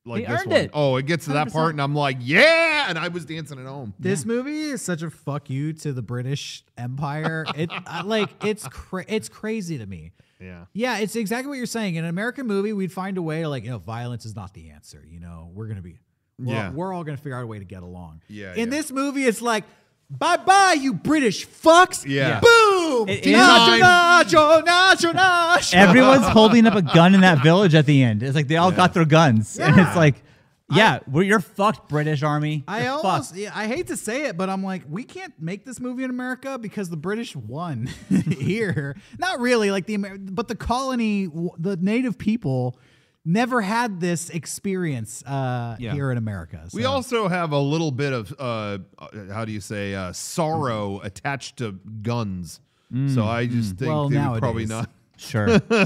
Speaker 2: like
Speaker 3: They
Speaker 2: this
Speaker 3: earned
Speaker 2: one.
Speaker 3: it.
Speaker 2: Oh, it gets to that
Speaker 3: 100%.
Speaker 2: part, and I'm like, yeah, and I was dancing at home.
Speaker 1: This movie is such a fuck you to the British Empire. It I, like it's cra- it's crazy to me.
Speaker 2: Yeah,
Speaker 1: Yeah, it's exactly what you're saying. In an American movie, we'd find a way to like, you know, violence is not the answer. You know, we're gonna be, we're,
Speaker 2: Yeah.
Speaker 1: we're all gonna figure out a way to get along.
Speaker 2: Yeah,
Speaker 1: In
Speaker 2: yeah.
Speaker 1: this movie, it's like, bye bye, you British fucks.
Speaker 2: Yeah.
Speaker 1: Boom.
Speaker 3: It is-
Speaker 1: nacho,
Speaker 2: Time.
Speaker 1: nacho, nacho, nacho.
Speaker 3: Everyone's holding up a gun in that village at the end. It's like they all got their guns, and it's like, yeah, we're you're fucked, British Army.
Speaker 1: I
Speaker 3: You're
Speaker 1: almost,
Speaker 3: fucked.
Speaker 1: yeah, I hate to say it, but I'm like, we can't make this movie in America because the British won here. Not really, like the Amer- but the colony, w- the native people, never had this experience uh,
Speaker 3: Yeah.
Speaker 1: here in America.
Speaker 2: we
Speaker 1: so-
Speaker 2: also have a little bit of uh, uh, how do you say uh, sorrow attached to guns. So I just think
Speaker 1: Well,
Speaker 2: they would probably
Speaker 1: nowadays.
Speaker 2: not.
Speaker 3: sure,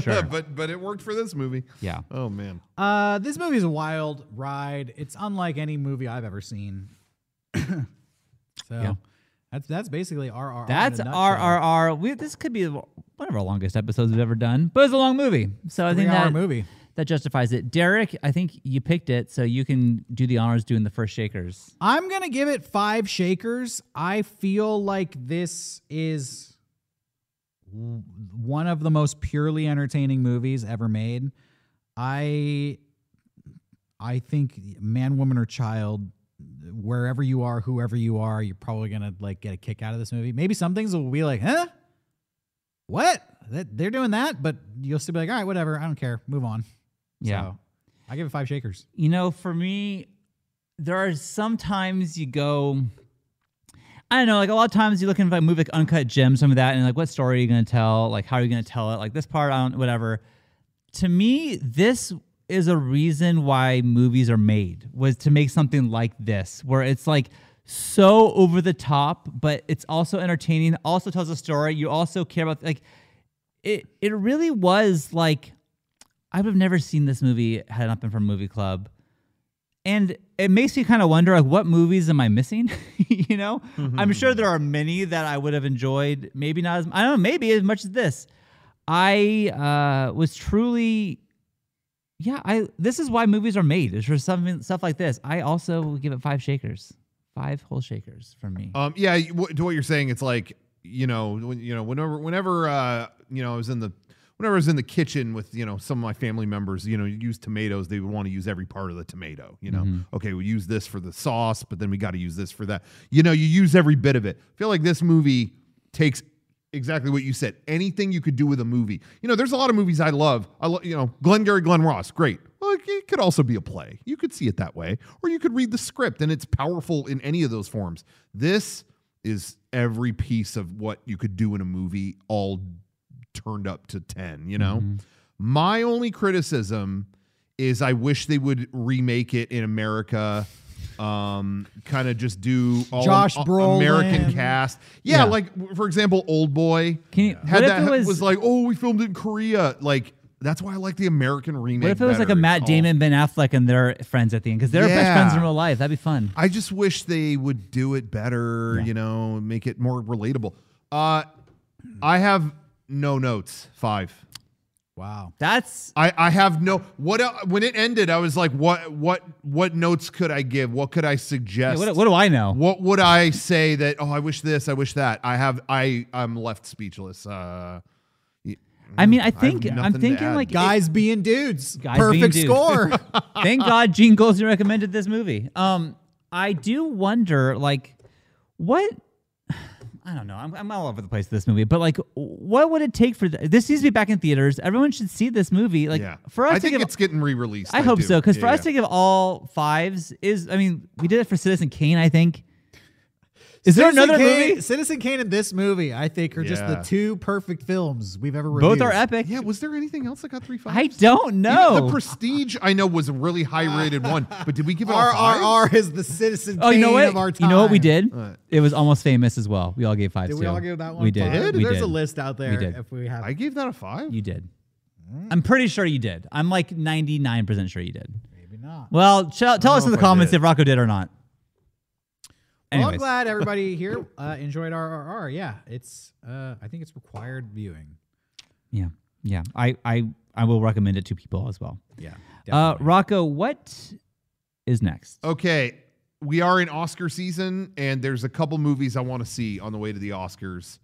Speaker 3: sure.
Speaker 2: but but it worked for this movie.
Speaker 3: Yeah.
Speaker 2: Oh man.
Speaker 1: Uh, this movie's a wild ride. It's unlike any movie I've ever seen. so
Speaker 3: Yeah.
Speaker 1: that's that's basically RRR.
Speaker 3: That's
Speaker 1: in a nutshell.
Speaker 3: RRR. We, this could be one of our longest episodes we've ever done, but it's a long movie, so I think
Speaker 1: Three-hour
Speaker 3: that
Speaker 1: movie.
Speaker 3: that justifies it. Derek, I think you picked it, so you can do the honors doing the first shakers.
Speaker 1: I'm gonna give it five shakers. I feel like this is w- one of the most purely entertaining movies ever made. I I think man, woman, or child, wherever you are, whoever you are, you're probably gonna like get a kick out of this movie. Maybe some things will be like, huh? What? That they're doing that, but you'll still be like, all right, whatever, I don't care. Move on.
Speaker 3: Yeah.
Speaker 1: So, I give it five shakers.
Speaker 3: You know, for me, there are sometimes you go. I don't know, like a lot of times you look at if I move like uncut gems, some of that, and like what story are you gonna tell? Like how are you gonna tell it? Like this part, I don't whatever. To me, this is a reason why movies are made was to make something like this, where it's like so over the top, but it's also entertaining, also tells a story. You also care about like it it really was like I would have never seen this movie had it not been for movie club. And it makes me kind of wonder like what movies am I missing? you know?
Speaker 2: Mm-hmm,
Speaker 3: I'm sure there are many that I would have enjoyed, maybe not as I don't know, maybe as much as this. I uh was truly yeah, I this is why movies are made. It's for something stuff like this. I also will give it five shakers. Five whole shakers from me.
Speaker 2: Um, yeah, you- what- to what you're saying, it's like you know, when, you know, whenever, whenever, uh, you know, I was in the whenever I was in the kitchen with you know some of my family members, you know, you use tomatoes, they would want to use every part of the tomato. You know, okay, we use this for the sauce, but then we got to use this for that. You know, you use every bit of it. I feel like this movie takes exactly what you said. Anything you could do with a movie. You know, there's a lot of movies I love. I lo- you know, Glengarry Glen Ross, great. Well, it- it could also be a play. You could see it that way, or you could read the script, and it's powerful in any of those forms. This is every piece of what you could do in a movie all turned up to 10, you know?
Speaker 1: Mm-hmm.
Speaker 2: My only criticism is I wish they would remake it in America. Um, kind of just do all
Speaker 1: Josh
Speaker 2: a- American
Speaker 1: Brolin.
Speaker 2: cast. Yeah,
Speaker 3: Yeah.
Speaker 2: like w- for example, Old Boy
Speaker 3: Can you-
Speaker 2: had
Speaker 3: what if
Speaker 2: that
Speaker 3: it
Speaker 2: was,
Speaker 3: was-
Speaker 2: like, oh, we filmed in Korea. Like that's why I like the American remake.
Speaker 3: What if it was like
Speaker 2: better.
Speaker 3: a Matt
Speaker 2: It's all-
Speaker 3: Damon, Ben Affleck, and their friends at the end? Because they're best
Speaker 2: Yeah.
Speaker 3: friends in real life. That'd be fun.
Speaker 2: I just wish they would do it better, you know, make it more relatable. Uh I have no notes. Five.
Speaker 1: Wow.
Speaker 3: That's
Speaker 2: I, I have no what el- when it ended, I was like, what what what notes could I give? What could I suggest?
Speaker 3: what, what do I know?
Speaker 2: what would I say that oh I wish this, I wish that. I have I I'm left speechless. Uh
Speaker 3: I mean,
Speaker 2: Mm,
Speaker 3: I
Speaker 2: have
Speaker 3: think I'm
Speaker 2: nothing to
Speaker 3: thinking
Speaker 2: add.
Speaker 3: like it-
Speaker 1: Guys being dudes.
Speaker 3: Guys being
Speaker 1: Perfect
Speaker 3: dudes.
Speaker 1: score.
Speaker 3: Thank God Gene Goldstein recommended this movie. Um, I do wonder, like, what? I don't know. I'm, I'm all over the place with this movie, but like, what would it take for th- this needs to be back in theaters? Everyone should see this movie. Like,
Speaker 2: yeah.
Speaker 3: for us
Speaker 2: I
Speaker 3: to
Speaker 2: think
Speaker 3: give,
Speaker 2: it's getting re-released.
Speaker 3: I hope
Speaker 2: do.
Speaker 3: so. Because for
Speaker 2: Yeah,
Speaker 3: us
Speaker 2: yeah.
Speaker 3: to give all fives is, I mean, we did it for Citizen Kane. I think. Is there another
Speaker 1: Kane,
Speaker 3: movie?
Speaker 1: Citizen Kane and this movie, I think, are just the
Speaker 2: Yeah.
Speaker 1: two perfect films we've ever reviewed.
Speaker 3: Both are epic.
Speaker 2: Yeah, was there anything else that got three fives?
Speaker 3: I don't
Speaker 2: Even
Speaker 3: know.
Speaker 2: the Prestige, I know, was a really high rated one, but did we give it all fives?
Speaker 1: RRR is the Citizen
Speaker 3: Oh, you know
Speaker 1: Kane
Speaker 3: what?
Speaker 1: of our time.
Speaker 3: You know what we did?
Speaker 2: What?
Speaker 3: It was almost famous as well. We all gave fives.
Speaker 1: Did we
Speaker 3: too.
Speaker 1: all give that one?
Speaker 3: We
Speaker 1: five?
Speaker 3: did.
Speaker 2: Did?
Speaker 3: We
Speaker 1: There's
Speaker 3: did.
Speaker 1: a list out there
Speaker 3: did.
Speaker 1: if we have.
Speaker 2: I gave that a five.
Speaker 3: You did.
Speaker 1: Mm.
Speaker 3: I'm pretty sure you did. I'm like 99% sure you did.
Speaker 1: maybe not.
Speaker 3: Well, ch- tell us
Speaker 2: know
Speaker 3: in the
Speaker 2: if I
Speaker 3: comments
Speaker 2: did.
Speaker 3: if Rocco did or not.
Speaker 1: Well, I'm
Speaker 3: Anyways.
Speaker 1: glad everybody here uh, enjoyed RRR. Yeah, it's. Uh, I think it's required viewing.
Speaker 3: Yeah. Yeah. I, I, I will recommend it to people as well.
Speaker 1: Yeah.
Speaker 3: Uh,
Speaker 1: definitely.
Speaker 3: Rocco, what is next?
Speaker 2: Okay, we are in Oscar season, and there's a couple movies I want to see on the way to the Oscars.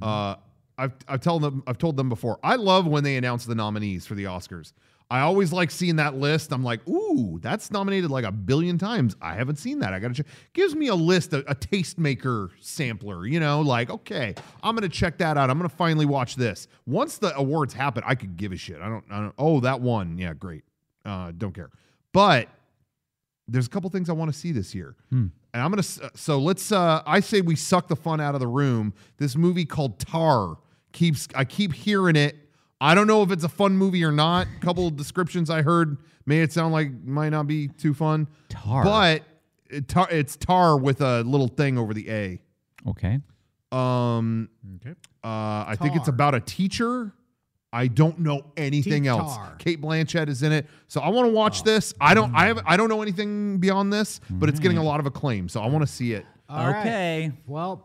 Speaker 2: Uh, I've I've told them I've told them before. I love when they announce the nominees for the Oscars. I always like seeing that list. I'm like, ooh, that's nominated like a billion times. I haven't seen that. I gotta check. Gives me a list, a, a tastemaker sampler. You know, like okay, I'm gonna check that out. I'm gonna finally watch this. Once the awards happen, I could give a shit. I don't. I don't oh, that one. Yeah, great. Uh, don't care. But there's a couple things I want to see this year. And I'm going to, so let's, uh, I say we suck the fun out of the room. This movie called Tar keeps, I keep hearing it. I don't know if it's a fun movie or not. A couple of descriptions I heard made it sound like it might not be too fun.
Speaker 3: Tar.
Speaker 2: But it, tar, it's Tar with a little thing over the A.
Speaker 1: Oh.
Speaker 3: Okay.
Speaker 2: Um,
Speaker 1: Okay.
Speaker 2: uh, I think it's
Speaker 1: Tar.
Speaker 2: about a teacher. I don't know anything else.
Speaker 1: T-Tar.
Speaker 2: Kate Blanchett is in it, so I want to watch this. I don't. I have. I don't know anything beyond this, but it's getting a lot of acclaim, so I want to see it.
Speaker 1: All right.
Speaker 3: okay.
Speaker 1: Well,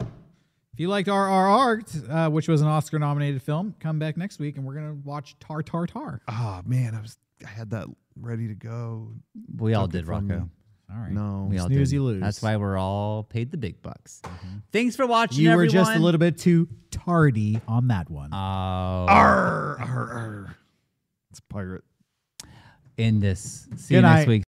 Speaker 1: if you liked RRR, uh, which was an Oscar-nominated film, come back next week and we're gonna watch Tar Tar Tar.
Speaker 2: Oh man, I was. I had that ready to go.
Speaker 3: We all
Speaker 2: Took it
Speaker 3: did,
Speaker 2: from me.
Speaker 3: Rocco.
Speaker 1: All right.
Speaker 2: No.
Speaker 3: We all
Speaker 1: Snooze,
Speaker 3: did.
Speaker 1: you lose. Mm-hmm.
Speaker 3: That's why we're all paid the big bucks. Thanks for watching.
Speaker 1: You were just a
Speaker 3: everyone.
Speaker 1: little bit too tardy on that one.
Speaker 3: Oh,
Speaker 2: Arr, arr, arr. It's pirate.
Speaker 3: in this. See
Speaker 1: Good
Speaker 3: you
Speaker 1: night.
Speaker 3: next week.